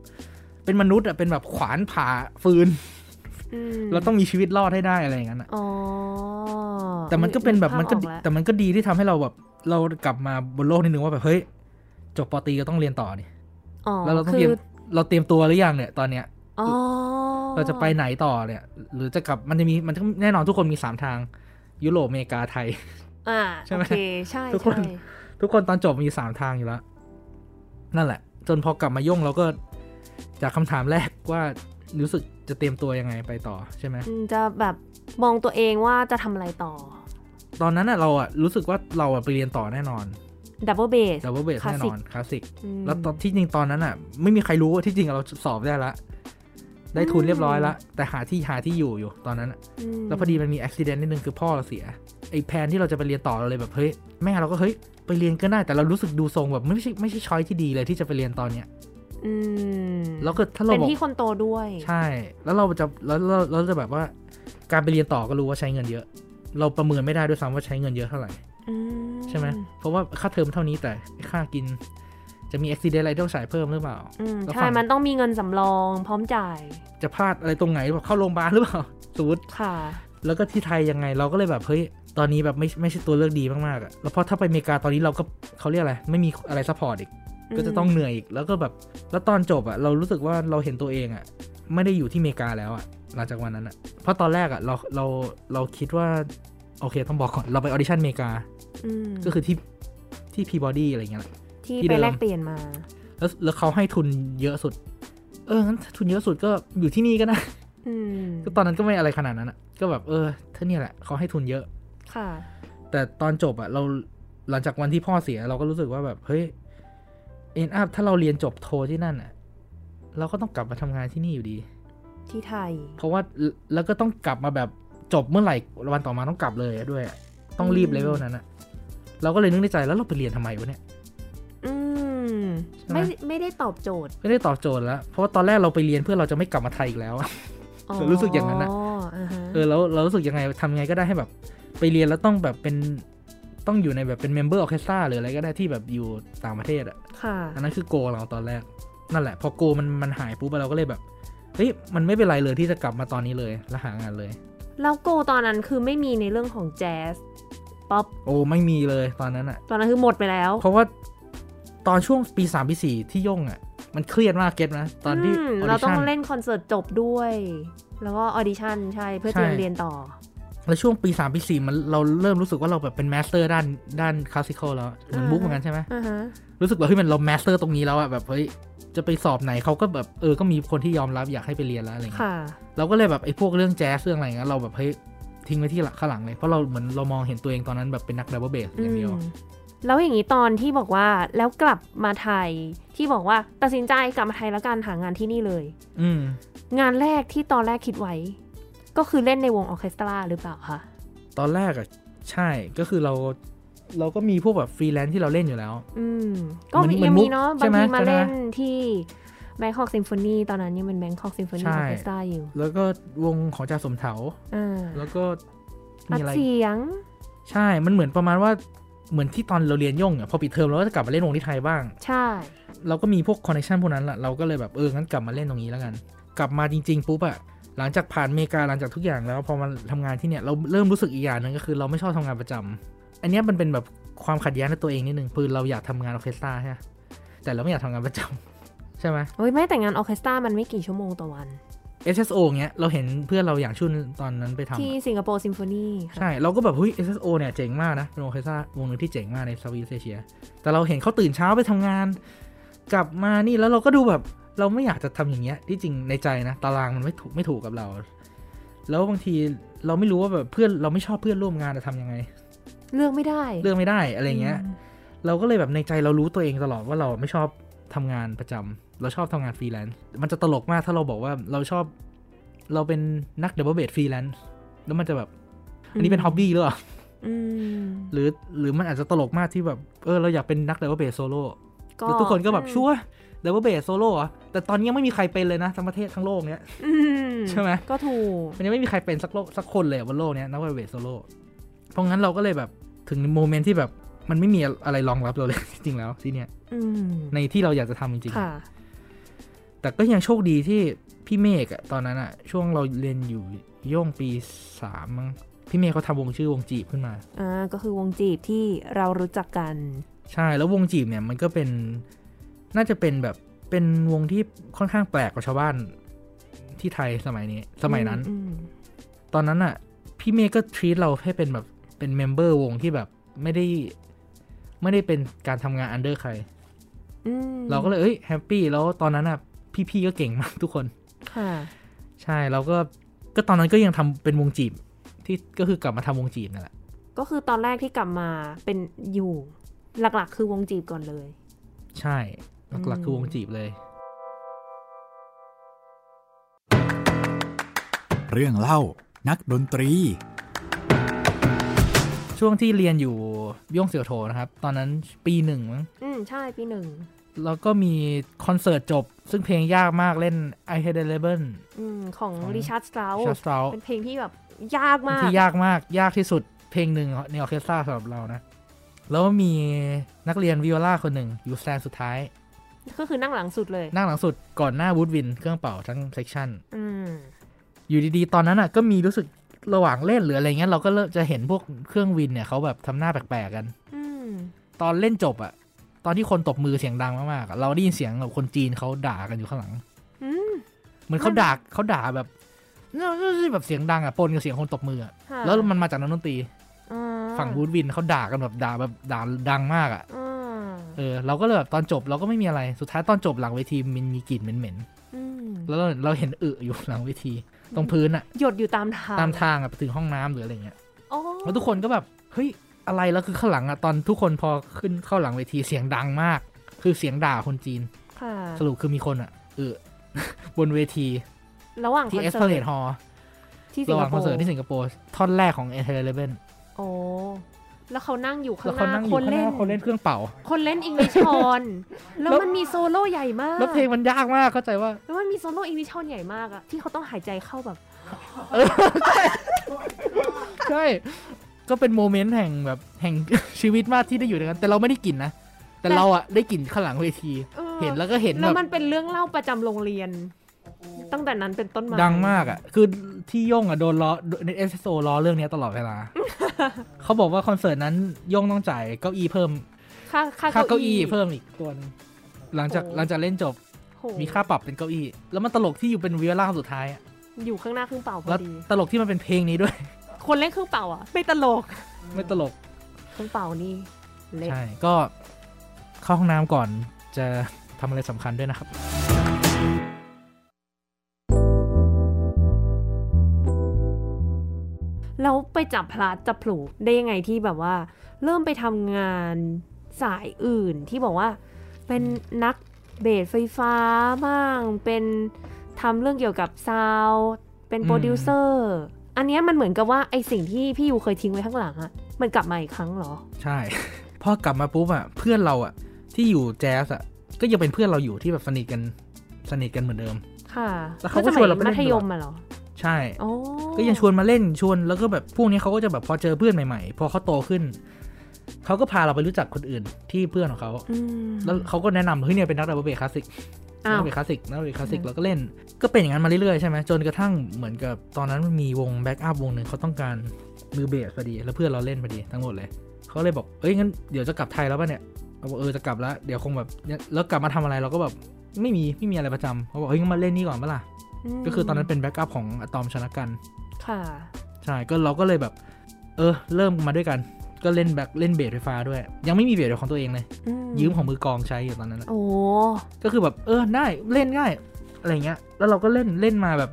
S1: เป็นมนุษย์อะเป็นแบบขวานผ่าฟืน
S2: อืม
S1: เราต้องมีชีวิตรอดให้ได้อะไรอย่างนั้นอะ
S2: อ๋อ
S1: แต่มันก็เป็นแบบมันก็ดี
S2: ภาพออแล้ว
S1: แต่มันก็ดีที่ทำให้เราแบบเรากลับมาบนโลกนิดนึงว่าแบบเฮ้ยจบปอตรีก็ต้องเรียนต่อนี่
S2: อ๋อ
S1: แล้วเราต้อง
S2: คื
S1: เตรียมเราเตรียมตัวหรือยังเนี่ยตอนเนี้ย
S2: อ๋อ
S1: เราจะไปไหนต่อเนี่ย หรือจะกลับมันจะมีมันก็แน่นอนทุกคนมีสามทาง ยุโรปอเมริกาไทย
S2: อ่า
S1: ใช่
S2: ใช่
S1: ไห
S2: ไห
S1: ม
S2: มโอเคใช่
S1: ทุกคน
S2: ใช่
S1: ทุกคนตอนจบมีสามทางอยู่แล้ว นั่นแหละ จนพอกลับมาย่งเราก็จากคำถามแรกว่า รู้สึกจะเตรียมตัวยังไงไปต่อใช่ไหม
S2: อืมจะแบบมองตัวเองว่าจะทำอะไรต่อ
S1: ตอนนั้นอ่ะเราอ่ะรู้สึกว่าเราอ่ะไปเรียนต่อแน่นอน
S2: ดับเบิลเบส
S1: ดับเบิลเบส
S2: Classic
S1: แน่นอนคลาสสิกแล้วตอนที่จริงตอนนั้นอ่ะ ไม่มีใครรู้ว่าที่จริงเราสอบได้ละ ได้ทุนเรียบร้อยละ แต่หาที่หาที่อยู่อยู่ตอนนั้นอะแล้วพอดีมันมีอุบิเหตุนิดนึงคือพ่อเราเสียไอ้แพลนที่เราจะไปเรียนต่อเราเลยแบบเฮ้ยแม่เราก็เฮ้ยไปเรียนก็ได้แต่เรารู้สึกดูทรงแบบไม่ใช่ไม่ใช่ช้อยที่ดีเลยที่จะไปเรียนตอนเนี้ยแล้วก็ถ้าเรา
S2: เป็น
S1: บอก
S2: ที่คนโตด้วย
S1: ใช่ แล้วเราจะแล้วเราเราจะแบบว่า การไปเรียนต่อก็รู้ว่าใช้เงินเยอะ เราประเมินไม่ได้ด้วยซ้ำว่าใช้เงินเยอะเท่าไหร่
S2: อื
S1: ใช่ไหม เพราะว่าค่าเทอมเท่านี้แต่ค่ากิน จะมีอุบิเหตุอะไรต้องจ่ายเพิ่มหรือเปล่า
S2: อืม
S1: แล้ว
S2: ใช่
S1: ฝั่ง
S2: มันต้องมีเงินสำรองพร้อมจ่าย
S1: จะพลาดอะไรตรงไหนแบบเข้าโรงพยาบาลหรือเปล่าสมมติ
S2: ค่ะ
S1: แล้วก็ที่ไทยยังไงเราก็เลยแบบเฮ้ยตอนนี้แบบไม่ไม่ใช่ตัวเลือกดีมากๆอะแล้วเพราะถ้าไปอเมริกาตอนนี้เราก็เขาเรียกอะไรไม่มีอะไรซัพพอร์ตอีก ก็จะต้องเหนื่อยอีกแล้วก็แบบแล้วตอนจบอะเรารู้สึกว่าเราเห็นตัวเองอะไม่ได้อยู่ที่อเมริกาแล้วอะหลังจากวันนั้นอะเพราะตอนแรกอะเราเราเราคิดว่า โอเคต้องบอกก่อนเราไปออดิชั่นอเมริกา
S2: อืม
S1: ก็คือที่ที่พีบอดี้อะไรเงี้ยแหละ
S2: ที่
S1: ที่
S2: ไป
S1: เดิม
S2: แลกเปลี่ยนมา
S1: แล้วแล้วเขาให้ทุนเยอะสุด เอองั้นถ้าทุนเยอะสุดก็อยู่ที่นี่ก็ได้
S2: อืม
S1: ก็ตอนนั้นก็ไม่อะไรขนาดนั้นอะก็แบบเออถ้าเนี่ยแหละเขาให้ทุนเยอะ
S2: ค่ะ
S1: แต่ตอนจบอะเราหลังจากวันที่พ่อเสีย เราก็รู้สึกว่าแบบเฮ้ยเอ็นอัพถ้าเราเรียนจบโทที่นั่นอะเราก็ต้องกลับมาทำงานที่นี่อยู่ดี
S2: ที่ไทย
S1: เพราะว่าแล้วแล้วก็ต้องกลับมาแบบจบเมื่อไหร่วันต่อมาต้องกลับเลยอะด้วยอะต้องรีบ
S2: อืม
S1: เลเวลนั้นอะเราก็เลยนึกในใจแล้วเราไปเรียนทำไมวะเนี่ย
S2: อืม
S1: ใช่ไหม
S2: ไม่ไม่ได้ตอบโจทย์
S1: ไม่ได้ตอบโจทย์แล้ว เพราะว่าตอนแรกเราไปเรียนเพื่อเราจะไม่กลับมาไทยอีกแล้วอะ รู้สึกอย่างนั้น
S2: อะ
S1: อะ
S2: เอ
S1: เออแล้วเรารู้สึกยังไงทำไงก็ได้ให้แบบ ไปเรียนแล้วต้องแบบเป็นต้องอยู่ในแบบเป็นเมมเบอร์ออเคสตราหรืออะไรก็ได้ที่แบบอยู่ต่างประเทศอะ
S2: ค่ะ
S1: อันนั้นคือโกเราตอนแรก นั่นแหละ พอโกมันมันหายปุ๊บเราก็เลยแบบเฮ้ยมันไม่เป็นไรเลยที่จะกลับมาตอนนี้เลยแล้วหางานเลย
S2: แล้วโกตอนนั้นคือไม่มีในเรื่องของแจ๊สป๊อป
S1: โอ้ไม่มีเลยตอนนั้นอะ
S2: ตอนนั้นคือหมดไปแล้ว
S1: เพราะว่าตอนช่วงปี3ปี4ที่ย่งอะมันเครียดมากเก็ตนะตอนที่
S2: ม
S1: ออ
S2: เรา
S1: ดิ
S2: ต้อ
S1: ชั่
S2: ง
S1: น
S2: เล่นคอนเสิร์ตจบด้วย แล้วก็ออดิชั่นใช่เพื่อ
S1: ใช่
S2: เตรียมเรียนต่อ
S1: แล้วช่วงปี3ปี4มันเราเริ่มรู้สึกว่าเราแบบเป็นแมสเตอร์ด้านด้านคลาสสิคอลแล้วเหมือน
S2: อ่า
S1: บุ๊กเหมือนกันใช่ไหม
S2: อ่าฮะ
S1: รู้สึกแบบเฮ้ยมันเราแมสเตอร์ตรงนี้แล้วอะแบบเฮ้ยจะไปสอบไหนเขาก็แบบเออก็มีคนที่ยอมรับอยากให้ไปเรียนแล้วอะไรอย่างเงี้ย
S2: ค่ะ
S1: เราก็เลยแบบไอ้พวกเรื่องแจ๊สเรื่องอะไรอย่างเงี้ยเราแบบเฮ้ยทิ้งไว้ที่หลังข้างหลังเลย เพราะเราเหมือนเรามองเห็นตัวเองตอนนั้นแบบเป็นนักดับเบิลเบสอย่างเดียว
S2: อืมแล้วอย่างนี้ตอนที่บอกว่าแล้วกลับมาไทยที่บอกว่าตัดสินใจกลับมาไทยแล้วกันหางานที่นี่เลย
S1: อืม
S2: งานแรกที่ตอนแรกคิดไว้ ก็คือเล่นในวงออร์เคสตราหรือเปล่าคะ
S1: ตอนแรกอะใช่ก็คือเราเราก็มีพวกแบบฟรีแลนซ์ที่เราเล่นอยู่แล้ว
S2: อืม ก็
S1: เหมือนเหมื
S2: ยัง
S1: อนมุ
S2: มี
S1: ก
S2: เนาะ
S1: ใช่
S2: บาง
S1: ไหม
S2: ทีมา
S1: ใช่ไหม
S2: เล่นที่ Bangkok Symphony ตอนนั้นยังเป็น Bangkok Symphony
S1: ใช่
S2: Orchestra อยู่
S1: แล้วก็วงของจ่าสมเถา
S2: อ่า
S1: แล้วก็
S2: อั
S1: มี
S2: ด
S1: อะไร
S2: เสียง
S1: ใช่ มันเหมือนประมาณว่าเหมือนที่ตอนเราเรียนย่งอะพอปิดเทอมเราก็จะกลับมาเล่นวงที่ไทยบ้าง
S2: ใช่
S1: เราก็มีพวกคอนเนคชันพวกนั้นแหละเราก็เลยแบบเอองั้นกลับมาเล่นตรงนี้แล้วกัน กลับมาจริงๆปุ๊บอะหลังจากผ่านอเมริกาหลังจากทุกอย่างแล้วพอมาทำงานที่เนี่ยเราเริ่มรู้สึกอีกอย่างหนึงก็คือเราไม่ชอบทำงานประจำอันเนี้ยมันเป็นแบบความขัดแย้งในตัวเองนิดนึงคือเราอยากทำงานออร์เคสตราใช่ไหมแต่เราไม่อยากทำงานประจำ ใช่ไหม
S2: โอ้ยไม่แต่งานออร์เคสตรามันไม่กี่ชั่วโมงต่อวัน
S1: SSO เงี้ยเราเห็นเพื่อนเราอย่างชุนตอนนั้นไปทำ
S2: ที่
S1: อะ
S2: สิงคโปร์ซิมโฟนีค่ะ
S1: ใช่เราก็แบบเฮ้ย SSO เนี่ยเจ๋งมากนะเป็นวงออร์เคสตราวงหนึ่งที่เจ๋งมากในเซาท์อีสเอเชียแต่เราเห็นเขาตื่นเช้าไปทำงาน กลับมานี่แล้วเราก็ดูแบบเราไม่อยากจะทำอย่างเงี้ยที่จริงในใจนะ ตารางมันไม่ถูกไม่ถูกกับเรา แล้วบางทีเราไม่รู้ว่าแบบเพื่อนเราไม่ชอบเพื่อนร่วมงานจะทำยังไง
S2: เลือกไม่ได้
S1: เลือกไม่ได้อะไรเงี้ย เราก็เลยแบบในใจเรารู้ตัวเองตลอดว่าเราไม่ชอบทำงานประจำเราชอบทำงานฟรีแลนซ์มันจะตลกมากถ้าเราบอกว่าเราชอบเราเป็นนักเดบเบตฟรีแลนซ์แล้วมันจะแบบอันนี้เป็นฮ็อบบี้หรือเปล่า
S2: อืม
S1: หรือหรือมันอาจจะตลกมากที่แบบเออเราอยากเป็นนักเดบเบตโซโล่ แล้วทุกคนก็แบบชัวดับเบิลเบสโซโล่อะแต่ตอนนี้ยังไม่มีใครเป็นเลยนะ ทั้งประเทศทั้งโลกเนี้ย
S2: อื
S1: ใช่ไหม
S2: ก็ถูก
S1: มันยังไม่มีใครเป็นสักโลกสักคนเลยอะบนโลกเนี้ยนักดับเบิลเบสโซโล่เพราะงั้นเราก็เลยแบบถึงโมเมนต์ที่แบบมันไม่มีอะไรรองรับเราเลย จริงๆแล้วที่เนี้ย
S2: อืม
S1: ในที่เราอยากจะทำจริง
S2: ค่ะ
S1: ๆ แต่ก็ยังโชคดีที่พี่เมฆอะตอนนั้นอะช่วงเราเรียนอยู่ย่งปีสามมั้งพี่เมฆเขาทำวงชื่อวงจีบขึ้นมา
S2: อ่า ก็คือวงจีบที่เรารู้จักกัน
S1: ใช่แล้ววงจีบเนี่ยมันก็เป็นน่าจะเป็นแบบเป็นวงที่ค่อนข้างแปลกกว่าชาวบ้านที่ไทยสมัยนี้สมัยนั้น
S2: อืม
S1: ตอนนั้นอ่ะ พี่เมย์ก็ท e ี t เราให้เป็นแบบเป็นเมมเบอร์วงที่แบบไม่ได้ ไม่ได้เป็นการทำงานอันเดอร์ใคร
S2: อืม
S1: เราก็เลยเอ้ยแฮปปี้แล้วตอนนั้นอ่ะ พี่ๆก็เก่งมากทุกคน
S2: ค่ะ
S1: ใช่แล้วก็ก็ตอนนั้นก็ยังทำเป็นวงจีบที่ก็คือกลับมาทำวงจีบนั่นแหละ
S2: ก็คือตอนแรกที่กลับมาเป็นอยู่ หลักๆ คือวงจีบก่อนเลย
S1: ใช่หลักๆคือวงจีบเลย
S3: เรื่องเล่านักดนตรี
S1: ช่วงที่เรียนอยู่โย่งเสี่ยวโถนะครับ ตอนนั้นปีหนึ่งมั้ง
S2: อืมใช่ปีหนึ่ง
S1: แล้วก็มีคอนเสิร์ตจบ ซึ่งเพลงยากมากเล่น I Hate the Label
S2: อืมของ
S1: ของ
S2: ริชาร์ดสตรา
S1: c h a r l s t r a u
S2: เป็นเพลงที่แบบยากมาก
S1: ที่ยากมากยากที่สุดเพลงหนึ่งในออร์เคสตราสำหรับเรานะ แล้วมีนักเรียนวิโอลาคนหนึ่งอยู่สแตนสุดท้าย
S2: ก็คือนั่งหลังสุดเลย
S1: นั่งหลังสุดก่อนหน้าวูดวิน เครื่องเป่าทั้งเซกชัน
S2: อืม
S1: อยู่ดีๆ ตอนนั้นอ่ะก็มีรู้สึกระหว่างเล่นหรืออะไรเงี้ยเราก็เริ่มจะเห็นพวกเครื่องวินเนี่ยเขาแบบทำหน้าแปลกๆกัน
S2: อืม
S1: ตอนเล่นจบอ่ะ ตอนที่คนตบมือเสียงดังมากๆอะเราได้ยินเสียงแบบคนจีนเขาด่ากันอยู่ข้างหลัง
S2: อืม
S1: เหมือนเขาด่าเขาด่าแบบแบบเสียงดังอ่ะปนกับเสียงคนตบมืออะ
S2: ค่ะ
S1: แล้วมันมาจากนักดนตรี
S2: อ่า
S1: ฝั่งวูดวินเขาด่ากันแบบด่าแบบด่าดังมากอ่ะ
S2: อ่า
S1: เออเราก็เลยแบบตอนจบเราก็ไม่มีอะไรสุดท้ายตอนจบหลังเวทีมันมีกลิ่นเหม็น
S2: อืม
S1: ๆแล้วเราเราเห็นอึอยู่หลังเวที ตรงพื้นอะ
S2: หยดอยู่ตามทาง
S1: ตามทางอะไปถึงห้องน้ำหรืออะไรเงี้ย
S2: โอ้
S1: แล้วทุกคนก็แบบเฮ้ยอะไรแล้วคือข้างหลังอะตอนทุกคนพอขึ้นเข้าหลังเวทีเสียงดังมาก คือเสียงด่าคนจีน
S2: ค่ะ
S1: สรุปคือมีคนอะอึ บนเวที
S2: ระหว่าง
S1: ที่
S2: คอน
S1: เอส
S2: เสิ
S1: เพล
S2: ร์ต
S1: ทฮอล
S2: ที่สิ
S1: ระห
S2: งค
S1: ว่าง
S2: โป
S1: คอนเสิร์
S2: ร์
S1: ตที่สิงคโปร์ท่อนแรกของเอเทเลเบน
S2: โอ้แล้วเขานั่งอยู่ข้า
S1: แล้ว
S2: งห
S1: เขา
S2: น้า
S1: นั่งอ
S2: ค
S1: ยู่
S2: น
S1: ข้างห
S2: เล่น
S1: น้าคนเล่นเครื่องเป่า
S2: คนเล่นอิงลิชออนแล้วมันมีโซโล่ใหญ่มาก
S1: แล้วเพลงมันยากมากเข้าใจว่า
S2: แล้วมันมีโซโล่อิงลิชออนใหญ่มากอะที่เขาต้องหายใจเข้าแบบ
S1: ใช่ ก็เป็นโมเมนต์แห่งแบบแห่ง ชีวิตมากที่ได้อยู่ด้วยกัน แต่เราไม่ได้กลิ่นนะ แต่
S2: แต่
S1: เราอะได้กลิ่นข้างหลังเวที
S2: ออ
S1: เห็นแล้วก็เห็น
S2: แล้
S1: แบ
S2: ว
S1: บ
S2: มันเป็นเรื่องเล่าประจำโรงเรียน ตั้งแต่นั้นเป็นต้นมา
S1: ดังมากอะคือที่ย่งอะโดนล้อในเอสโซล้อเรื่องเนี้ยตลอดเว ลา เขาบอกว่าคอนเสิร์ตนั้นย่งต้องจ่ายเก้าอี้เพิ่ม
S2: ค่าค่า
S1: ค่า
S2: เก้า
S1: เก้าอี้
S2: อี้
S1: เพิ่มอีกตัวหนึงหลังจาก
S2: โอ้
S1: หลังจากเล่นจบ
S2: โห
S1: มีค่าปรับเป็นเก้าอี้ แล้วมันตลกที่อยู่เป็นวิวล่าคนสุดท้ายอะ
S2: อยู่ข้างหน้าเครื่องเป่าพ
S1: แล้
S2: อ
S1: ว
S2: ดี
S1: ตลกที่มันเป็นเพลงนี้ด้วย
S2: คนเล่นเครื่องเป่าอ่ะ ไม่ตลก
S1: ไม่ตลก
S2: เครื่องเป่านี่เละ
S1: ใช่ ก็เข้าห้องน้ำก่อนจะทำอะไรสำคัญด้วยนะครับ
S2: แล้วไปจับพลัดจับผลูได้ยังไงที่แบบว่า เริ่มไปทำงานสายอื่นที่บอกว่า เป็นนักเบสไฟฟ้าบ้าง เป็นทำเรื่องเกี่ยวกับซาวด์เป็น
S1: อืม
S2: โปรดิวเซอร์ อันเนี้ยมันเหมือนกับว่าไอสิ่งที่พี่ยูเคยทิ้งไว้ข้างหลังอะมันกลับมาอีกครั้งเหรอ
S1: ใช่ พอกลับมาปุ๊บอ่ะเพื่อนเราอ่ะ ที่อยู่แจ๊สอ่ะก็ยังเป็นเพื่อนเราอยู่ที่แบบสนิทกันสนิทกันเหมือนเดิม
S2: ค่ะ
S1: แล้วเขาก็ชวนเราไปเล่น
S2: มั
S1: ด้วย
S2: ธยมมาเหรอ
S1: ใช่
S2: โอ้
S1: ก็ยังชวนมาเล่นชวนแล้วก็แบบพวกนี้เขาก็จะแบบพอเจอเพื่อนใหม่ๆ พอเขาโตขึ้นเขาก็พาเราไปรู้จักคนอื่นที่เพื่อนของเขา
S2: อืม
S1: แล้วเขาก็แนะนำเฮ้ยเนี่ยเป็นนักดับเบิลเบสคลาสสิกนั
S2: อ้ากว
S1: เบสคลาสสิกนักเบสคลาสสิกแล้วก็เล่น ก็เป็นอย่างนั้นมาเรื่อยๆใช่ไหมจนกระทั่งเหมือนกับตอนนั้นมันมีวงแบ็กอัพวงหนึ่งเขาต้องการมือเบสพอดี แล้วเพื่อนเราเล่นพอดีทั้งหมดเลยเขาเลยบอกเอ้ยงั้นเดี๋ยวจะกลับไทยแล้วป่ะเนี่ยเราบอกเออจะกลับแล้วเดี๋ยวคงแบบแล้วกลับมาทำอะไรเราก็แบบไม่มีไม่มีอะไรประจำเขาบอกเฮ้ยงั้นมาเล่นนี่ก่อนปะล่ะ
S2: ม
S1: ก็คือตอนนั้นเป็นแบ็กอัพของอะตอมชนะกัน
S2: ค่ะ
S1: ใช่ก็เราก็เลยแบบ เออเริ่มมาด้วยกัน ก็เล่นแบ็กเล่นเบสไฟฟ้าด้วย ยังไม่มีเบสของตัวเองเลย
S2: อื
S1: ยืมของมือกลองใช้อยู่ตอนนั้นอะ
S2: โอ้
S1: ก็คือแบบเออได้เล่นง่ายอะไรเงี้ย แล้วเราก็เล่นเล่นมาแบบ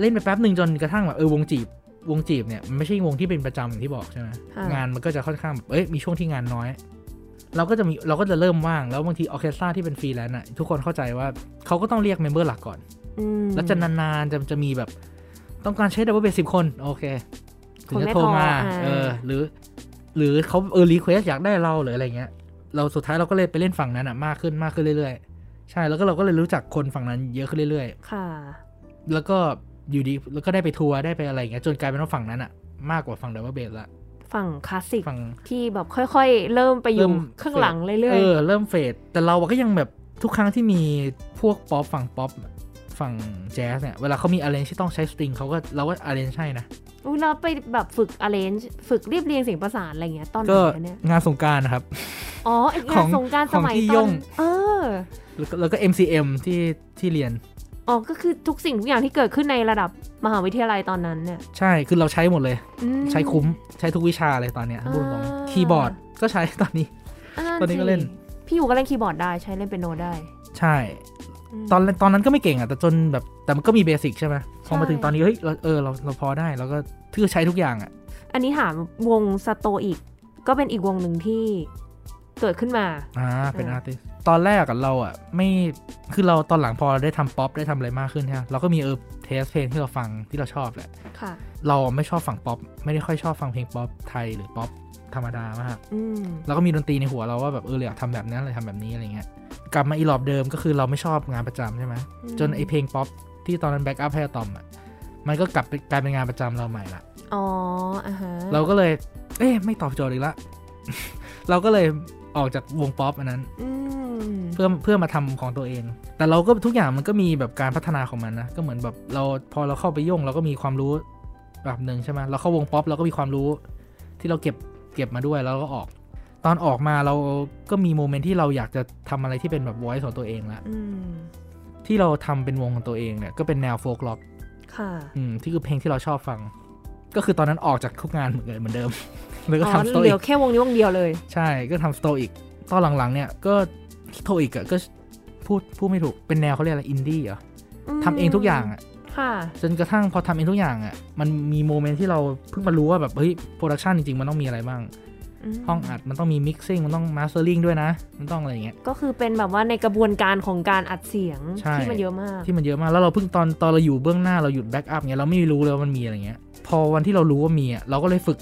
S1: เล่นไปแป๊บหนึ่งจนกระทั่งแบบเออวงจีบ วงจีบเนี่ยมันไม่ใช่วงที่เป็นประจำอย่างที่บอกใช่ไหม
S2: ค่ะ
S1: งานมันก็จะค่อนข้างแบบเอ้ยมีช่วงที่งานน้อย เราก็จะมีเราก็จะเริ่มว่างแล้วบางทีออร์เคสตราที่เป็นฟรีแลนซ์อ่ะทุกคนเข้าใจว่าเขาก็ต้องเรียกเมมเบอร์หลักก่อน
S2: อืม
S1: แล้วจะนานๆจะจะมีแบบต้องการใช้ดับเบิลเบสสิบคน โอเค ถึง
S2: คน
S1: จะ
S2: ไม่
S1: โทร
S2: พอ
S1: มา
S2: อ่า
S1: เออหรือ หรือเขาเออรีเควสอยากได้เราหรืออะไรเงี้ย เราสุดท้ายเราก็เลยไปเล่นฝั่งนั้นอ่ะมากขึ้นมากขึ้นเรื่อยๆ ใช่แล้วก็เราก็เลยรู้จักคนฝั่งนั้นเยอะขึ้นเรื่อย
S2: ค่ะ
S1: ๆ แล้วก็อยู่ดีแล้วก็ได้ไปทัวร์ได้ไปอะไรเงี้ยจนกลายเป็นว่าฝั่งนั้นอ่ะมากกว่าฝั่งดับเบิลเบสละ
S2: ฝั่งคลาสสิก
S1: ฝั่ง
S2: ที่แบบค่อยๆ เริ่มไปอ
S1: เริ่
S2: ยู่
S1: ม
S2: ข้างหลังเรื่อ
S1: เอย อเริ่มเฟดแต่เราก็ยังแบบทุกครั้งที่มีพวกป๊อปฝั่งป๊อปฝั่งแจ๊สเนี่ยเวลาเขามีอะไรที่ต้องใช้สตริงเขาก็เราก็อะไรให้นะ
S2: ๆอุ๊ยเราไปแบบฝึก arrange ฝึกเรียบเรียงเสียงประสานอะไรเงี้ยตอนไหน
S1: ก็
S2: อะเนี่ย
S1: งานสงกรารนะครับ
S2: อ๋อไอ้งา
S1: ขอน ง
S2: สงกรารสมั
S1: ข
S2: ย
S1: องที่
S2: ต
S1: ย่
S2: อง นเออ
S1: แล้วก็แล้วก็ MCM ที่ที่เรียน
S2: อ๋อก็คือทุกสิ่งทุกอย่างที่เกิดขึ้นในระดับมหาวิทยาลัยตอนนั้นเนี่ย
S1: ใช่คือเราใช้หมดเลย
S2: อืม
S1: ใช้คุ้มใช้ทุกวิชาเลยตอนเนี้ยพูดตรง
S2: อ่า
S1: คีย์บอร์ดก็ใช้ตอนนี้
S2: า
S1: ตอนนี้ก็เล่น
S2: สิพี่อยู่ก็เล่นคีย์บอร์ดได้ใช้เล่นเปียโนได้
S1: ใช่ ตอนตอนนั้นก็ไม่เก่งอ่ะแต่จนแบบแต่มันก็มีเบสิกใช่ไหมพอมา
S2: ใช่
S1: ถึงตอนนี้เฮ้ยเราเออเราเราพอได้เราก็ทื่อใช้ทุกอย่างอ่ะ
S2: อันนี้หามวงสโตอีก ก็เป็นอีกวงหนึ่งที่เกิดขึ้นมา
S1: อ่าเป็น
S2: อ่า
S1: อาร์ติสตอนแรกอะเราอะไม่คือเราตอนหลังพอได้ทำป๊อปได้ทำอะไรมากขึ้นใช่ไหมเราก็มีเออเทสเพลงที่เราฟังที่เราชอบแหละ
S2: ค่ะ
S1: เราไม่ชอบฟังป๊อปไม่ได้ค่อยชอบฟังเพลงป๊อปไทยหรือป๊อปธรรมดามาก
S2: อืม
S1: เราก็มีดนตรีในหัวเราว่าแบบเออเราอยากทำแบบนั้นเลยทำแบบนี้อะไรเงี้ยกลับมาอีหลอบเดิมก็คือเราไม่ชอบงานประจำใช่ไหมจนไอเพลงป๊อปที่ตอนนั้นแบ็กอัพให้อะตอมอะมันก็กลับไปกลายเป็นงานประจำเราใหม่ละ
S2: อ๋ออ่าฮะ
S1: เราก็เลย เอ๊ะไม่ตอบโจทย์อีกละ เราก็เลยออกจากวงป๊อปอันนั้น
S2: อืม
S1: เพื่อเพื่อมาทำของตัวเอง แต่เราก็ทุกอย่างมันก็มีแบบการพัฒนาของมันนะ ก็เหมือนแบบเราพอเราเข้าไปยุ่งเราก็มีความรู้แบบหนึ่งใช่ไหมเราเข้าวงป๊อปเราก็มีความรู้ที่เราเก็บเก็บมาด้วยแล้วเราก็ออก ตอนออกมาเราก็มีโมเมนต์ที่เราอยากจะทำอะไรที่เป็นแบบ voice ของตัวเองละ
S2: อืม
S1: ที่เราทำเป็นวงของตัวเองเนี่ยก็เป็นแนวโฟกล็อก
S2: ค่ะ
S1: อืมที่คือเพลงที่เราชอบฟัง ก็คือตอนนั้นออกจากทุกงานเหมือนเดิมเหมือนเดิ ม แล้วก็
S2: อ๋อ
S1: ทำตัว
S2: เห
S1: เอ
S2: ลื
S1: ง
S2: อแค่วงนี้วงเดียวเลย
S1: ใช่ ก็ทำสโตอีก ตอนหลังๆ เนี่ย ก็สโตอีกอะก็พูดพูดไม่ถูก เป็นแนวเขาเรียกอะไร อินดี้เหรอทำเองทุกอย่างอะ
S2: ค่ะ
S1: จนกระทั่งพอทำเองทุกอย่างอะมันมีโมเมนต์ที่เราเพิ่งมารู้ว่าแบบ เฮ้ย โปรดักชันจริง ๆ มันต้องมีอะไรบ้าง
S2: ม
S1: ห้องอัดมันต้องมีมิกซิ่งมันต้องมาสเตอร์ลิงด้วยนะ มันต้องอะไรอย่างเงี้ย
S2: ก็คือเป็นแบบว่าในกระบวนการของการอัดเสียง
S1: ใช่
S2: ที่มันเยอะมาก
S1: ที่มันเยอะมาก แล้วเราเพิ่งตอนตอนเราอยู่เบื้องหน้าเราหยุดแบ็กอัพเงี้ยเราไม่รู้เลยว่ามันมีอะไรเงี้ย พอวันที่เรารู้ว่ามีอะเราก็เลยฝึก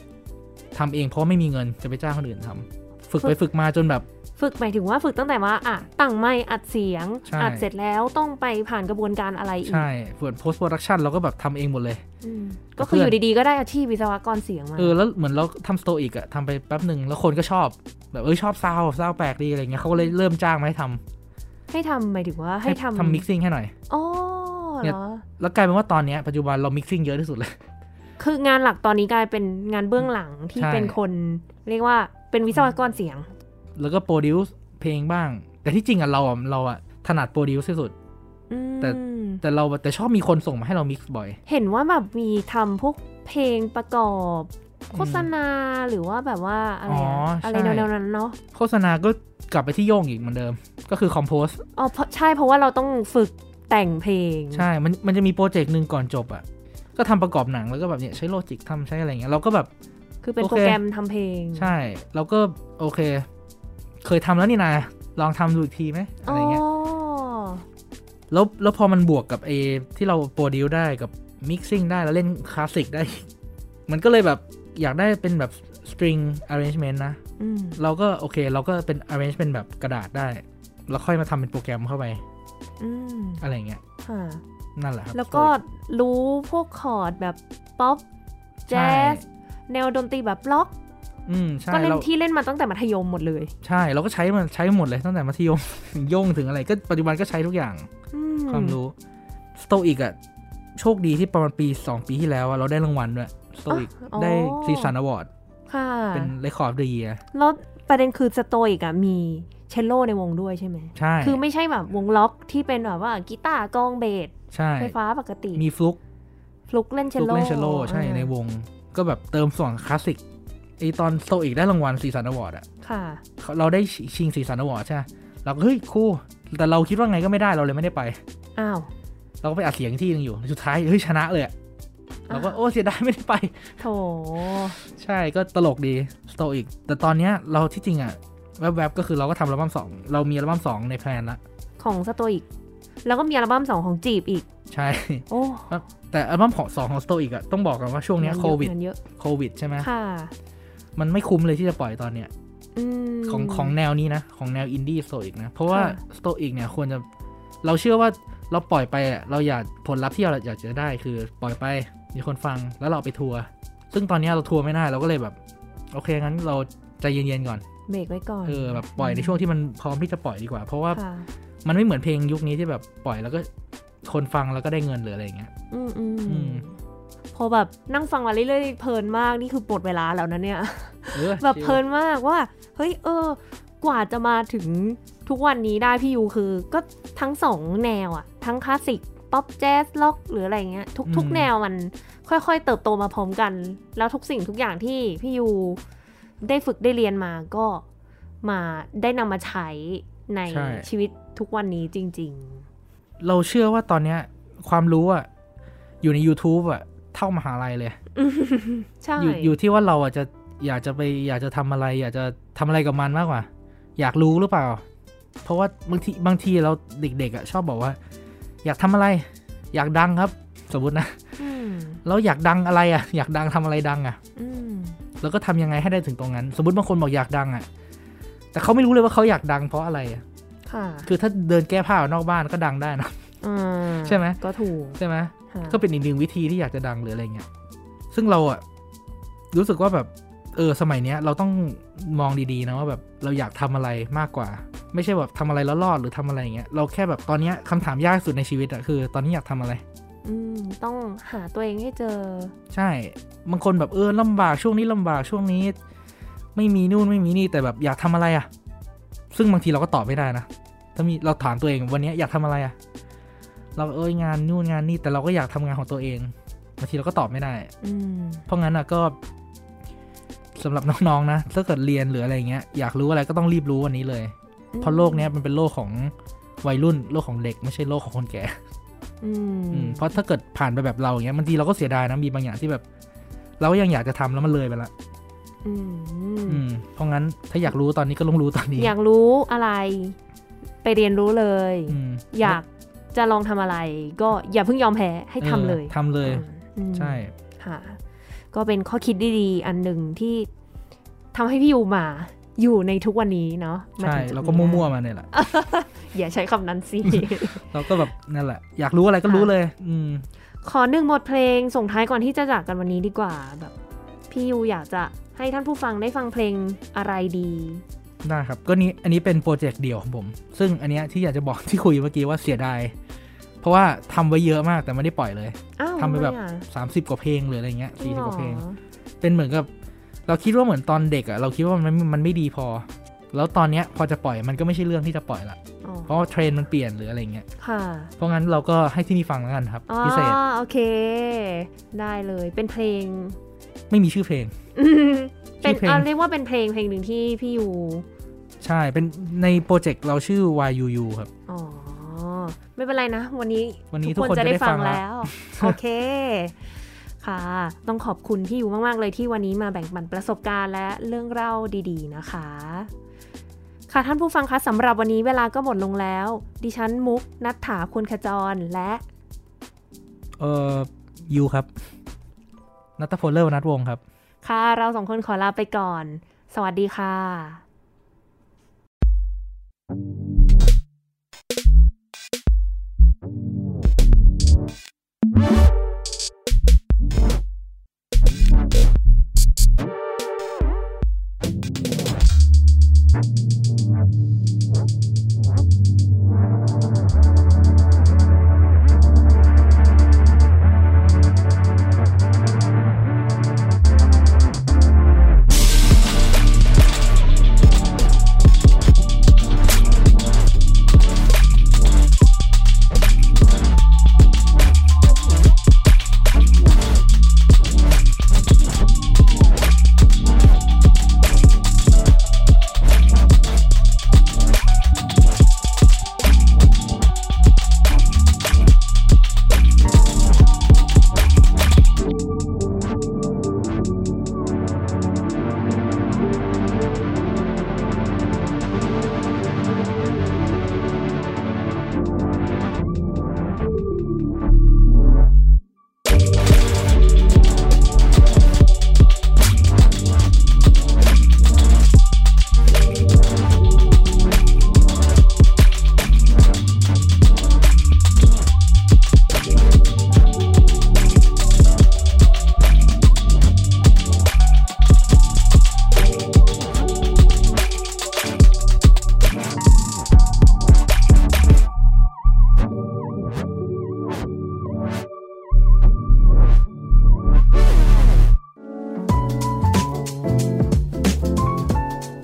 S1: ทำเองเพราะไม่มีเงินจะไปจ้างคนอื่นทำฝึกไปฝึกมาจนแบบ
S2: ฝึกหมายถึงว่าฝึกตั้งแต่ว่าอ่ะตั้งไมค์อัดเสียง
S1: ใช่
S2: อัดเสร็จแล้วต้องไปผ่านกระบวนการอะไรอีก
S1: ใช่ส่วน post production เราก็แบบทำเองหมดเลย
S2: อืมก็คืออยู่ดีๆก็ได้อาชีพวิศวกรเสียงมา
S1: เออแล้วเหมือนเราทำสโตอีกอะทำไปแป๊บหนึ่งแล้วคนก็ชอบ แบบเออชอบซาวซาวแปลกดีอะไรเงี้ยเขาก็เลยเริ่มจ้างมาให้ท
S2: ให้ทำหมายถึงว่า
S1: ำ
S2: ให้ทำ
S1: ทำมิกซิ่งให้หน่อย
S2: อ๋อ
S1: เนี่
S2: เห
S1: ย
S2: รอ
S1: แล้วกลายเป็นว่าตอนเนี้ยปัจจุบันเรามิกซิ่งเยอะที่สุดเลย
S2: คืองานหลักตอนนี้กลายเป็นงานเบื้องหลังที่
S1: ใช่
S2: เป็นคน เรียกว่าเป็นวิศวกรเสียง
S1: แล้วก็โปรดิวซ์เพลงบ้าง แต่ที่จริงอะเราอะเราอะถนัดโปรดิวซ์ที่สุด
S2: อืม
S1: แต่ แต่เราแต่ชอบมีคนส่งมาให้เรามิกซ์บ่อย
S2: เห็นว่าแบบมีทำพวกเพลงประกอบ โฆษณาหรือว่าแบบว่าอะไร
S1: อ๋
S2: อะ
S1: อใช่
S2: อะไรแนวๆนั้นเนาะ
S1: โฆษณาก็กลับไปที่โย่งอีกเหมือนเดิม ก็คือคอมโพส
S2: อ๋อเพราะใช่เพราะว่าเราต้องฝึกแต่งเพลง
S1: ใช่มันมันจะมีโปรเจกต์หนึ่งก่อนจบอะก็ทำประกอบหนังแล้วก็แบบเนี่ยใช้โลจิกทำใช้อะไรเงี้ยเราก็แบบ
S2: คือเป็น
S1: โอเค
S2: โปรแกรมทำเพลง
S1: ใช่เราก็โอเค เคยทำแล้วนี่นาลองทำดูอีกทีไหมอะ
S2: อ๋
S1: ไร
S2: อ
S1: เงี้ย แล้วแล้วพอมันบวกกับเอที่เราโปรดิวได้กับมิกซิ่งได้แล้วเล่นคลาสสิกได้ มันก็เลยแบบอยากได้เป็นแบบสตริงอาร์เรนจเมนต์นะ
S2: อืม
S1: เราก็โอเค เราก็เป็นอาร์เรนจเมนต์แบบกระดาษได้ แล้วค่อยมาทำเป็นโปรแกรมเข้าไป
S2: อืม
S1: อะไรเงี้ย
S2: ค่ะ
S1: นั่นแหละครับ
S2: แล้วก็รู้พวกคอร์ดแบบป๊อปแจ๊
S1: ใช่
S2: สแนวดนตรีแบบบล็อก
S1: อืมใช่
S2: ก็เล่น
S1: เรา
S2: ที่เล่นมาตั้งแต่มัธยมหมดเลย
S1: ใช่ เราก็ใช้มันใช้หมดเลยตั้งแต่มัธยม ถึงโย่งถึงอะไรก็ปัจจุบันก็ใช้ทุกอย่าง
S2: อืม
S1: ความรู้สโตอีกอะโชคดีที่ประมาณปี 2 ปีที่แล้วอะเราได้รางวัลด้วยสโตอีก
S2: อ๋อ
S1: ได้ซีซันอวอร์ด
S2: ค่ะ
S1: เป็นเลคคอร์ดดีอะ
S2: แล้วประเด็นคือสโตอีกอะมีเชลโลในวงด้วยใช่ไหม
S1: ใช่
S2: คือไม่ใช่แบบวงล็อกที่เป็นแบบว่ากีตาร์กลองเบส
S1: ใช่
S2: ไฟฟ้าปกติ
S1: มีฟลุก
S2: ฟลุกเล่นเช
S1: ฟ
S2: ล
S1: ลุก
S2: โล
S1: เล่นเชลโลใช่
S2: อ่า
S1: ในวง ก็แบบเติมส่วนคลาสสิกไอตอนสโตอีกได้รางวัลซีซันอวอร์ดอะ
S2: ค่ะ
S1: เขาเราได้ชิงซีซันอวอร์ดใช่ไหมเราก็เฮ้ยคูลแต่เราคิดว่าไงก็ไม่ได้เราเลยไม่ได้ไป
S2: อ้าว
S1: เราก็ไปอัดเสียงที่หนึงอยู่สุดท้ายเฮ้ยชนะเลยอะเราก็โอ้เสียดายไม่ได้ไป
S2: โถ
S1: ใช่ก็ตลกดีสโตอีก แต่ตอนเนี้ยเราที่จริงอะแวบๆก็คือเราก็ทำอัลบั้มสองเรามีอัลบั้มสองในแพลนละ
S2: ของสโตอีก แล้วก็มีอัลบั้มสองของจีบอีก
S1: ใช่
S2: โอ้
S1: แต่อัลบั้มของสองของสโตอีกอะต้องบอกกันว่าช่วงเนี้ย
S2: งา
S1: โควิด
S2: งานเยอะ
S1: โควิดใช่ไหม
S2: ค่ะ
S1: มันไม่คุ้มเลยที่จะปล่อยตอนเนี้ย
S2: อืม
S1: ของของแนวนี้นะ ของแนวอินดี้สโตอีกนะ เพราะว่า
S2: ค่ะ
S1: สโตอีกเนี่ยควรจะเราเชื่อว่าเราปล่อยไปอะเราอยากผลลัพธ์ที่เราอยากจะได้คือปล่อยไปมีคนฟังแล้วเราเอาไปทัวร์ซึ่งตอนเนี้ยเราทัวร์ไม่ได้เราก็เลยแบบ โอเคงั้นเราใจเย็นๆก่อน
S2: เบรกไว้ก่อน
S1: เออแบบปล่อยในช่วงที่มันพร้อมที่จะปล่อยดีกว่า เพราะว่า
S2: ค่ะ
S1: มันไม่เหมือนเพลงยุคนี้ที่แบบปล่อยแล้วก็คนฟังแล้วก็ได้เงินหรืออะไรอย่างเงี้ย
S2: อืมอืม
S1: อืม
S2: พอแบบนั่งฟังมาเรื่อยๆ เพลินมาก นี่คือหมดเวลาแล้วนะเนี่ย
S1: เออ
S2: แบบ
S1: ชิ
S2: เพลินมากว่า เฮ้ย เออ กว่าจะมาถึงทุกวันนี้ได้พี่ยูคือ ก็ทั้งสองแนวอะทั้งคลาสสิก ป๊อปแจ๊สล็อก หรืออะไรเงี้ย ทุกทุกแนวมันค่อยๆ เติบโตมาพร้อมกัน แล้วทุกสิ่งทุกอย่างที่พี่ยูได้ฝึกได้เรียนมาก็มาได้นำมาใช้ใน
S1: ใช่
S2: ชีวิตทุกวันนี้จริง
S1: เราเชื่อว่าตอนเนี้ย ความรู้อะอยู่ใน YouTube อะเท่ามหาลัยเลย
S2: ใช่
S1: อยู่อยู่ที่ว่าเราอะจะอยากจะไปอยากจะทำอะไร อยากจะทำอะไรกับมันมากกว่า อยากรู้หรือเปล่า เพราะว่าบางทีบางทีเราเด็กๆอะชอบบอกว่า อยากทำอะไร อยากดังครับ สมมตินะ
S2: อืม
S1: แล้วอยากดังอะไรอะอยากดังทำอะไรดังอะ
S2: อืม
S1: แล้วก็ทำยังไงให้ได้ถึงตรงนั้น สมมติบางคนบอกอยากดังอะ่ะ แต่เขาไม่รู้เลยว่าเขาอยากดังเพราะอะไรอะ
S2: ค่ะ
S1: คือถ้าเดินแก้ผ้าออกนอกบ้านก็ดังได้นะ
S2: อ่า
S1: ใช่ไหม
S2: ก็ถูก
S1: ใช่ไหม
S2: ค่ะ
S1: ก็เป็นอีกหนึ่งวิธีที่อยากจะดังหรืออะไรเงี้ย ซึ่งเราอะ่ะรู้สึกว่าแบบ เออสมัยเนี้ย เราต้องมองดีๆนะว่าแบบเราอยากทำอะไรมากกว่า ไม่ใช่แบบทำอะไรแล้วรอดหรือทำอะไรอย่างเงี้ย เราแค่แบบตอนเนี้ยคำถามยากสุดในชีวิตอะคือ ตอนนี้อยากทำอะไร
S2: อืมต้องหาตัวเองให้เจอ
S1: ใช่ บางคนแบบเออลำบากช่วงนี้ลำบากช่วงนี้ ไม่มีนู่นไม่มีนี่แต่แบบอยากทำอะไรอะ่ะ ซึ่งบางทีเราก็ตอบไม่ได้นะ ถ้ามีเราถามตัวเองวันนี้อยากทำอะไรอะ่ะ เราเอ้ยงานนู่นงานนี่แต่เราก็อยากทำงานของตัวเองบางทีเราก็ตอบไม่ได้
S2: อืม
S1: เพราะงั้นอ่ะก็สำหรับน้องๆนะถ้าเกิดเรียนหรืออะไรเงี้ยอยากรู้อะไรก็ต้องรีบรู้วันนี้เลย เพราะโลกเนี้ยมันเป็นโลกของวัยรุ่นโลกของเด็กไม่ใช่โลกของคนแก่
S2: อืม
S1: อืมเพราะถ้าเกิดผ่านไปแบบเราอย่างเงี้ยบางทีเราก็เสียดายนะมีบางอย่างที่แบบ เราก็ยังอยากจะทำแล้วมันเลยไปละ
S2: อืม
S1: อืมเพราะงั้นถ้าอยากรู้ตอนนี้ก็ต้องรู้ตอนนี้
S2: อยากรู้อะไร ไปเรียนรู้เลย
S1: อืม
S2: อยากจะลองทำอะไร ก็อย่าเพิ่งยอมแพ้ให้ทำเลย
S1: ออทำเลย
S2: อืม
S1: ใช่
S2: ค่ะ ก็เป็นข้อคิดดีๆ อันหนึ่งที่ทำให้พี่ยูมาอยู่ในทุกวันนี้เนาะมา
S1: ใช่
S2: ถึงจุด
S1: เราก็
S2: นี้
S1: มั่วๆ
S2: ได้
S1: มา เนี่ยแหละ
S2: อย่าใช้คำนั้นสิ
S1: เราก็แบบนั่นแหละ อยากรู้อะไรก็รู้เลย อืม
S2: ขอหนึ่งบทเพลงส่งท้ายก่อนที่จะจากกันวันนี้ดีกว่าแบบพี่ยูอยากจะให้ท่านผู้ฟังได้ฟังเพลงอะไรดี
S1: ได้ครับ ก็นี้อันนี้เป็นโปรเจกต์เดี่ยวของผม ซึ่งอันเนี้ยที่อยากจะบอกที่คุยเมื่อกี้ว่าเสียดายเพราะว่าทำไว้เยอะมากแต่ไม่ได้ปล่อยเลย
S2: อ้าว
S1: ทำไปแบบ
S2: ม่อะ
S1: 30 กว่าเพลงหรืออะไรเงี้ย
S2: จริ
S1: สี่
S2: ง
S1: สิ
S2: เห
S1: บก
S2: รอ
S1: ว่าเพลง เป็นเหมือนกับเราคิดว่าเหมือนตอนเด็กอะเราคิดว่ามันมันไม่ดีพอ แล้วตอนเนี้ยพอจะปล่อยมันก็ไม่ใช่เรื่องที่จะปล่อยละ
S2: อ๋อ
S1: เพราะว่าเทรนด์มันเปลี่ยนหรืออะไรเงี้ย
S2: ค่ะ
S1: เพราะงั้นเราก็ให้ที่นี่ฟังแล้วกันครับ
S2: อ๋อ
S1: พิเศษ
S2: โอเค ได้เลยเป็นเพลง
S1: ไม่มีชื่อเพลง
S2: เป็น
S1: ชื่อเพลง
S2: เอาเรียกว่าเป็นเพลงเพลงหนึ่งที่พี่ยู
S1: ใช่เป็นในโปรเจกต์เราชื่อ YUU ครับ
S2: อ๋อ ไม่เป็นไรนะ วันนี้
S1: วันนี้ทุกคนจะได้ฟังแล้ว
S2: โอเค ค่ะ ต้องขอบคุณพี่ยูมาก ๆ เลยที่วันนี้มาแบ่งปันประสบการณ์และเรื่องเล่าดีๆนะคะ ค่ะท่านผู้ฟังคะสำหรับวันนี้เวลาก็หมดลงแล้ว ดิฉันมุกนัฐถาคุณขจรและ
S1: เอ่อยูครับนัทพลเลิศวนัทวงศ์ครับ
S2: ค่ะ เราสองคนขอลาไปก่อน สวัสดีค่ะ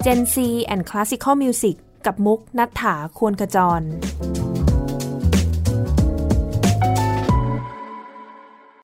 S2: Gen C and Classical Music กับมุกนัฐถาควรขจร